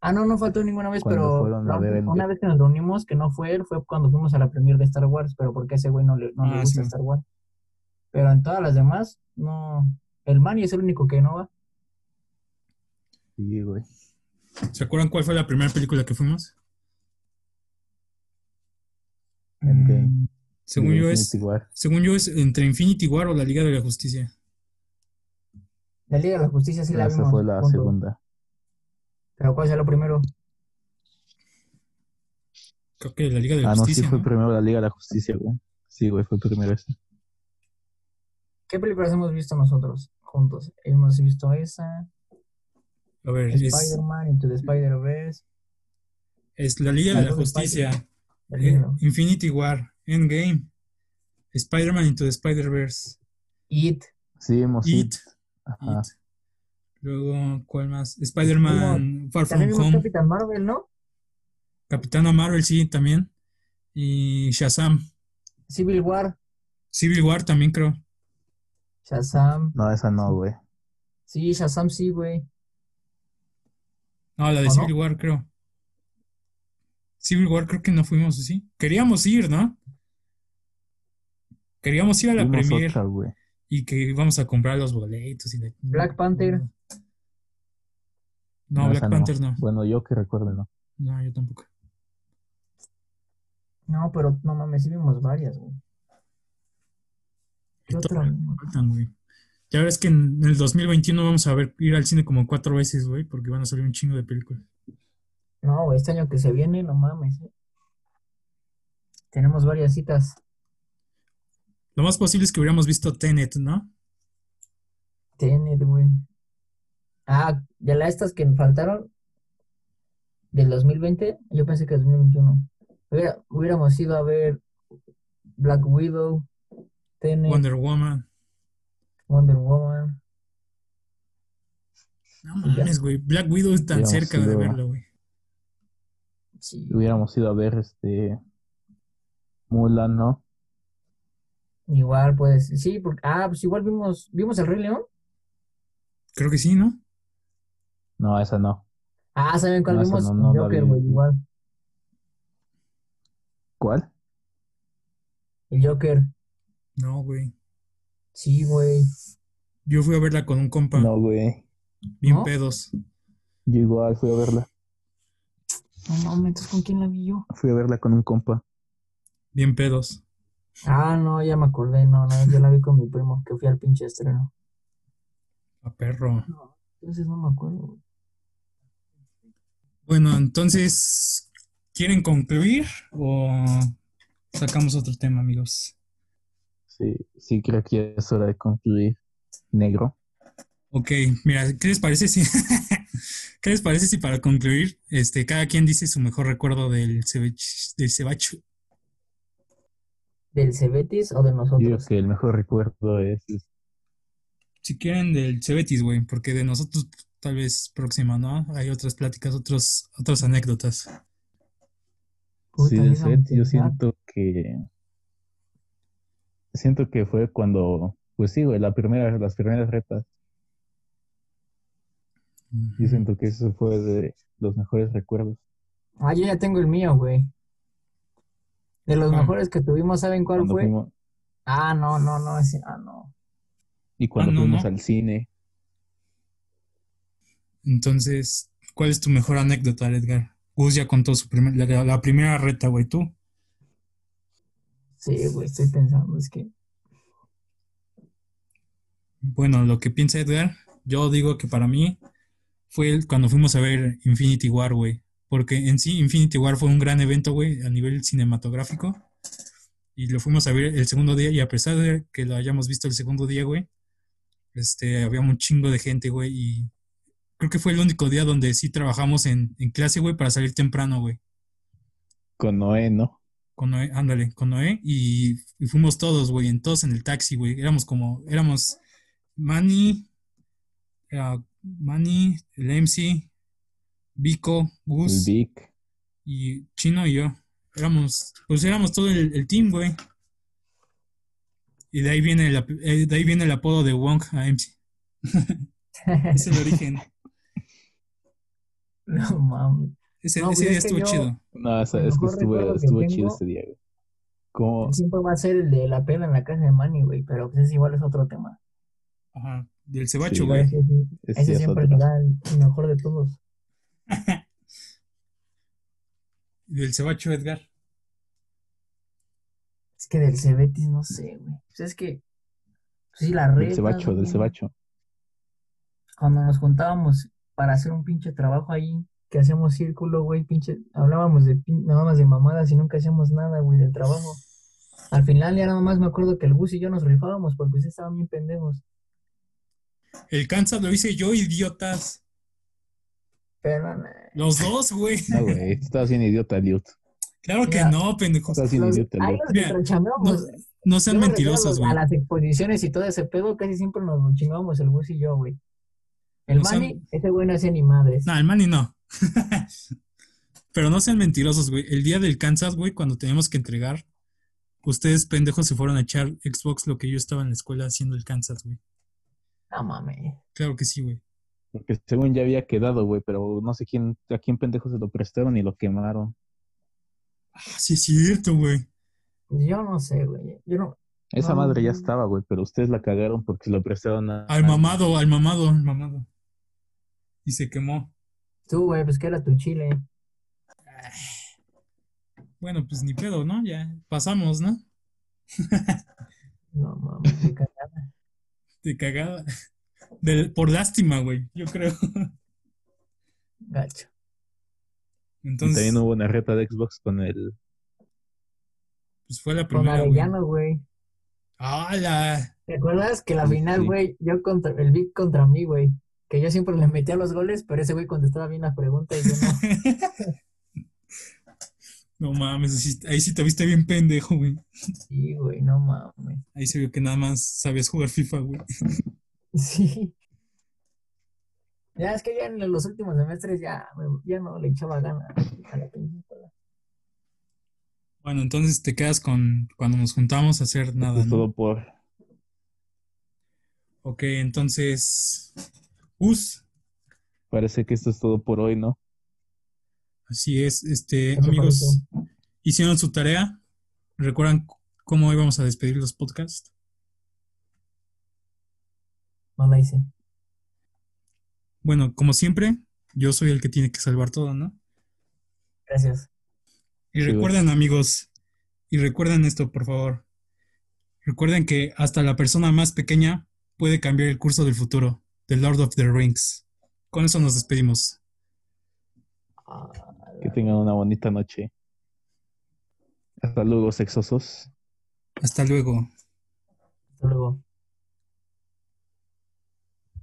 [SPEAKER 3] Ah, no, no faltó ninguna vez,
[SPEAKER 1] Cuando
[SPEAKER 3] pero
[SPEAKER 1] fueron
[SPEAKER 3] la
[SPEAKER 1] a ver
[SPEAKER 3] última-
[SPEAKER 1] el
[SPEAKER 3] una
[SPEAKER 1] de-
[SPEAKER 3] vez que nos reunimos, que no fue él, fue cuando fuimos a la premier de Star Wars, pero porque a ese güey no le, no le
[SPEAKER 2] Ah,
[SPEAKER 3] gusta
[SPEAKER 2] sí.
[SPEAKER 3] Star Wars. Pero en todas las demás, no. El Manny es el único que no va.
[SPEAKER 1] Sí, güey.
[SPEAKER 2] ¿Se acuerdan cuál fue la primera película que fuimos?
[SPEAKER 1] Endgame.
[SPEAKER 2] Mm, Según
[SPEAKER 1] Sí,
[SPEAKER 2] yo,
[SPEAKER 1] Infinity
[SPEAKER 2] es,
[SPEAKER 1] War.
[SPEAKER 2] según yo es entre Infinity War o la Liga de la Justicia.
[SPEAKER 3] La Liga de la Justicia sí la
[SPEAKER 1] Esa
[SPEAKER 3] vimos
[SPEAKER 1] fue la
[SPEAKER 3] juntos.
[SPEAKER 1] segunda.
[SPEAKER 3] Pero ¿cuál será lo primero?
[SPEAKER 2] Creo que la Liga de la
[SPEAKER 1] Ah, no, sí
[SPEAKER 2] Justicia.
[SPEAKER 1] fue
[SPEAKER 2] ¿no?
[SPEAKER 1] primero la Liga de la Justicia, güey. Sí, güey, fue primero esa.
[SPEAKER 3] ¿Qué películas hemos visto nosotros juntos? Hemos visto esa,
[SPEAKER 2] A ver,
[SPEAKER 1] Pues
[SPEAKER 2] es,
[SPEAKER 3] Spider-Man, Into the Spider-Verse,
[SPEAKER 2] es la Liga
[SPEAKER 3] La
[SPEAKER 2] de la
[SPEAKER 3] Liga de
[SPEAKER 2] Justicia,
[SPEAKER 3] la Liga de la
[SPEAKER 2] eh, Infinity War, Endgame, Spider-Man into the Spider-Verse,
[SPEAKER 3] It,
[SPEAKER 1] Sí, Ah. hemos ido.
[SPEAKER 2] It,
[SPEAKER 1] Ajá.
[SPEAKER 2] It. Luego, ¿cuál más? Spider-Man Far From
[SPEAKER 3] también vimos
[SPEAKER 2] Home,
[SPEAKER 3] Capitán Marvel, ¿no?
[SPEAKER 2] Capitana Marvel, sí, también. Y Shazam,
[SPEAKER 3] Civil War,
[SPEAKER 2] Civil War también creo.
[SPEAKER 3] Shazam.
[SPEAKER 1] No, esa no, güey.
[SPEAKER 3] Sí, Shazam sí, güey.
[SPEAKER 2] No, la
[SPEAKER 3] ¿O
[SPEAKER 2] de
[SPEAKER 3] no?
[SPEAKER 2] Civil War creo. Civil War creo que no fuimos, ¿o ¿sí? Queríamos ir, ¿no? Queríamos ir a la
[SPEAKER 1] Vimos
[SPEAKER 2] premier
[SPEAKER 1] otra, güey.
[SPEAKER 2] y que íbamos a comprar los boletos y la...
[SPEAKER 3] Black Panther.
[SPEAKER 2] No, Black
[SPEAKER 1] esa
[SPEAKER 2] Panther no.
[SPEAKER 1] Bueno, yo que recuerdo, no.
[SPEAKER 2] No, yo tampoco.
[SPEAKER 3] No, pero no mames, sí vimos varias, güey. ¿Qué otra?
[SPEAKER 2] Todavía faltan, güey. Ya ves que en el 2021 vamos a ver ir al cine como cuatro veces, güey, porque van a salir un chingo de películas.
[SPEAKER 3] No, güey, este año que se viene, no mames. eh. Tenemos varias citas.
[SPEAKER 2] Lo más posible es que hubiéramos visto Tenet, ¿no?
[SPEAKER 3] Tenet, güey. Ah, de las estas que faltaron del 2020, yo pensé que 2021. Hubiera- hubiéramos ido a ver Black Widow, Tenet, Wonder,
[SPEAKER 2] Wonder Woman.
[SPEAKER 3] Woman.
[SPEAKER 2] No mames, güey. Black Widow es tan
[SPEAKER 1] Hubiéramos
[SPEAKER 2] cerca de
[SPEAKER 1] ido a-
[SPEAKER 2] verla, güey.
[SPEAKER 3] Sí.
[SPEAKER 1] Hubiéramos ido a ver este. Mulan, ¿no?
[SPEAKER 3] Igual pues, sí, porque ah, pues igual vimos vimos El Rey León.
[SPEAKER 2] Creo que sí, ¿no?
[SPEAKER 1] No, esa no.
[SPEAKER 3] Ah, ¿saben cuál
[SPEAKER 1] No, esa
[SPEAKER 3] vimos?
[SPEAKER 1] no, no la
[SPEAKER 3] Joker,
[SPEAKER 1] vi.
[SPEAKER 3] güey, igual.
[SPEAKER 1] ¿Cuál?
[SPEAKER 3] El Joker.
[SPEAKER 2] No, güey.
[SPEAKER 3] Sí, güey.
[SPEAKER 2] Yo fui a verla con un compa,
[SPEAKER 1] No, güey.
[SPEAKER 2] bien
[SPEAKER 3] ¿no?
[SPEAKER 2] pedos.
[SPEAKER 1] Yo igual fui a verla.
[SPEAKER 3] No mames, ¿entonces ¿con quién la vi yo?
[SPEAKER 1] Fui a verla con un compa.
[SPEAKER 2] Bien pedos.
[SPEAKER 3] Ah, no, ya me acordé, no, no, yo la vi con mi primo, que fui al pinche estreno.
[SPEAKER 2] A perro.
[SPEAKER 3] Entonces no me acuerdo, güey.
[SPEAKER 2] Bueno, entonces, ¿Quieren concluir o sacamos otro tema, amigos?
[SPEAKER 1] Sí, sí, creo que es hora de concluir. Negro.
[SPEAKER 2] Ok, mira, ¿qué les parece si, ¿qué les parece si para concluir, este, cada quien dice su mejor recuerdo del, cebech- del cebacho?
[SPEAKER 3] ¿Del Cebetis o de
[SPEAKER 1] Yo Digo
[SPEAKER 3] nosotros?
[SPEAKER 1] que el mejor recuerdo es, es-
[SPEAKER 2] Si quieren, del Cebetis, güey, porque de nosotros pues, tal vez próxima, ¿no? Hay otras pláticas, otros, otras anécdotas.
[SPEAKER 3] Puta,
[SPEAKER 1] sí, de
[SPEAKER 3] déjame
[SPEAKER 1] Seth, yo
[SPEAKER 3] pensar.
[SPEAKER 1] siento que siento que fue cuando, pues sí, güey, la primera, las primeras retas. Yo siento que eso fue de los mejores recuerdos.
[SPEAKER 3] Ah, yo ya tengo el mío, güey. De los
[SPEAKER 2] Ah.
[SPEAKER 3] mejores que tuvimos, ¿saben cuál
[SPEAKER 1] Cuando
[SPEAKER 3] fue?
[SPEAKER 1] fuimos,
[SPEAKER 3] Ah, no, no, no, ese, ah, no.
[SPEAKER 1] y cuando
[SPEAKER 2] Ah, no,
[SPEAKER 1] fuimos
[SPEAKER 2] no.
[SPEAKER 1] al cine,
[SPEAKER 2] Entonces, ¿cuál es tu mejor anécdota, Edgar? Gus ya contó su primer, la, la primera reta, güey, tú.
[SPEAKER 3] Sí, güey, estoy pensando, es que.
[SPEAKER 2] Bueno, lo que piensa Edgar, yo digo que para mí fue el- cuando fuimos a ver Infinity War, güey. Porque en sí Infinity War fue un gran evento, güey, a nivel cinematográfico. Y lo fuimos a ver el segundo día y a pesar de que lo hayamos visto el segundo día, güey, este, había un chingo de gente, güey. Y creo que fue el único día donde sí trabajamos en, en clase, güey, para salir temprano, güey.
[SPEAKER 1] con Noé, ¿no?
[SPEAKER 2] Con Noé, ándale, con Noé y, y fuimos todos, güey, en todos en el taxi, güey. Éramos como, éramos Manny, era Manny, el MC, Vico,
[SPEAKER 1] El
[SPEAKER 2] Gus
[SPEAKER 1] Vic.
[SPEAKER 2] y Chino y yo. Éramos, pues éramos todo el, el team, güey. Y de ahí viene el, ap- eh, de ahí viene el apodo de Wong a MC. Es el origen.
[SPEAKER 3] no mames.
[SPEAKER 2] Ese,
[SPEAKER 3] No,
[SPEAKER 2] ese
[SPEAKER 3] pues
[SPEAKER 2] día
[SPEAKER 3] es que
[SPEAKER 2] estuvo
[SPEAKER 3] yo-
[SPEAKER 2] chido.
[SPEAKER 1] No, o sea,
[SPEAKER 3] El
[SPEAKER 1] es que
[SPEAKER 3] mejor
[SPEAKER 1] estuvo,
[SPEAKER 3] recuerdo que
[SPEAKER 1] estuvo chido
[SPEAKER 3] tengo-
[SPEAKER 1] ese día, güey. Como,
[SPEAKER 3] Siempre pues, va a ser el de la pela en la casa de Manny, güey, pero pues ese igual es otro tema.
[SPEAKER 2] Ajá, del cebacho,
[SPEAKER 1] Sí,
[SPEAKER 2] güey.
[SPEAKER 3] Ese, sí-
[SPEAKER 1] es
[SPEAKER 3] ese
[SPEAKER 1] ya Pues, es
[SPEAKER 3] siempre
[SPEAKER 1] otro.
[SPEAKER 3] será el el mejor de todos.
[SPEAKER 2] Del cebacho, Edgar.
[SPEAKER 3] Es que del Cebetis, no sé, güey. Pues es que. pues sí, la red.
[SPEAKER 1] Del cebacho, del cebacho.
[SPEAKER 3] cuando nos juntábamos para hacer un pinche trabajo ahí, que hacíamos círculo, güey, pinche, hablábamos de pin- nada más de mamadas y nunca hacíamos nada, güey, del trabajo. Al final ya nada más me acuerdo que el bus y yo nos rifábamos porque ustedes estaban bien pendejos.
[SPEAKER 2] El Kansas lo hice yo, idiotas.
[SPEAKER 3] Pero no, no,
[SPEAKER 2] Los dos, güey.
[SPEAKER 1] No, güey, tú estabas bien idiota, Liut.
[SPEAKER 2] Claro que
[SPEAKER 3] Mira.
[SPEAKER 2] no, pendejos.
[SPEAKER 1] Estás bien
[SPEAKER 3] los-
[SPEAKER 1] idiota,
[SPEAKER 3] ahí
[SPEAKER 1] Liut.
[SPEAKER 3] nos
[SPEAKER 2] Mira, No,
[SPEAKER 3] trachameábamos.
[SPEAKER 2] no
[SPEAKER 3] Yo
[SPEAKER 2] sean
[SPEAKER 3] me refiero
[SPEAKER 2] mentirosos,
[SPEAKER 3] a los-
[SPEAKER 2] güey.
[SPEAKER 3] A las exposiciones y todo ese pedo casi siempre nos chingábamos el bus y yo, güey. El
[SPEAKER 2] No sean-
[SPEAKER 3] Manny, ese güey no hacía ni madres.
[SPEAKER 2] No, el Manny no. Pero no sean mentirosos, güey. El día del Kansas, güey, cuando teníamos que entregar, ustedes pendejos se fueron a echar Xbox lo que yo estaba en la escuela haciendo el Kansas, güey.
[SPEAKER 3] No mames.
[SPEAKER 2] Claro que sí, güey.
[SPEAKER 1] Porque según ya había quedado, güey, pero no sé quién, a quién pendejo se lo prestaron y lo quemaron.
[SPEAKER 2] Ah, sí, es cierto, güey.
[SPEAKER 3] Yo no sé, güey. Yo no.
[SPEAKER 1] Esa
[SPEAKER 3] Ah.
[SPEAKER 1] madre ya estaba, güey, pero ustedes la cagaron porque se lo prestaron a...
[SPEAKER 2] Al mamado, al mamado, al mamado. Y se quemó.
[SPEAKER 3] Tú, güey, pues que era tu chile.
[SPEAKER 2] Bueno, pues ni pedo, ¿no? Ya pasamos, ¿no?
[SPEAKER 3] No mames, qué cagada.
[SPEAKER 2] De cagada. Del- por lástima, güey, yo creo.
[SPEAKER 3] gacho.
[SPEAKER 1] Y
[SPEAKER 2] Entonces,
[SPEAKER 1] También hubo una reta de Xbox con el...
[SPEAKER 2] pues fue la
[SPEAKER 3] Con
[SPEAKER 2] primera, güey.
[SPEAKER 3] Arellano, güey.
[SPEAKER 2] ¡Hala!
[SPEAKER 3] ¿Te acuerdas que la
[SPEAKER 1] Sí,
[SPEAKER 3] final,
[SPEAKER 1] sí.
[SPEAKER 3] güey, yo contra el Vic contra mí, güey? Que yo siempre le metía los goles, pero ese güey contestaba bien las preguntas y yo no.
[SPEAKER 2] No mames, ahí sí- ahí sí te viste bien pendejo, güey.
[SPEAKER 3] Sí, güey, no mames.
[SPEAKER 2] Ahí se vio que nada más sabías jugar FIFA, güey.
[SPEAKER 3] Sí. Ya es que ya en los últimos semestres ya, me- ya no le echaba ganas a la pinche escuela.
[SPEAKER 2] Bueno, entonces te quedas con cuando nos juntamos a hacer
[SPEAKER 1] Esto
[SPEAKER 2] nada,
[SPEAKER 1] es
[SPEAKER 2] ¿no?
[SPEAKER 1] todo por...
[SPEAKER 2] Ok, entonces. Us,
[SPEAKER 1] Parece que esto es todo por hoy, ¿no?
[SPEAKER 2] así es, este,
[SPEAKER 3] Eso
[SPEAKER 2] amigos, hicieron su tarea. ¿Recuerdan c- cómo íbamos a despedir los podcasts?
[SPEAKER 3] No la hice.
[SPEAKER 2] Bueno, como siempre, yo soy el que tiene que salvar todo, ¿no?
[SPEAKER 3] Gracias.
[SPEAKER 1] Sí,
[SPEAKER 2] Y
[SPEAKER 1] güey.
[SPEAKER 2] recuerden, amigos, y recuerden esto, por favor. Recuerden que hasta la persona más pequeña puede cambiar el curso del futuro, The Lord of the Rings. Con eso nos despedimos.
[SPEAKER 3] Ah,
[SPEAKER 1] Que tengan una bonita noche. Hasta luego, sexosos.
[SPEAKER 2] Hasta luego.
[SPEAKER 3] Hasta luego.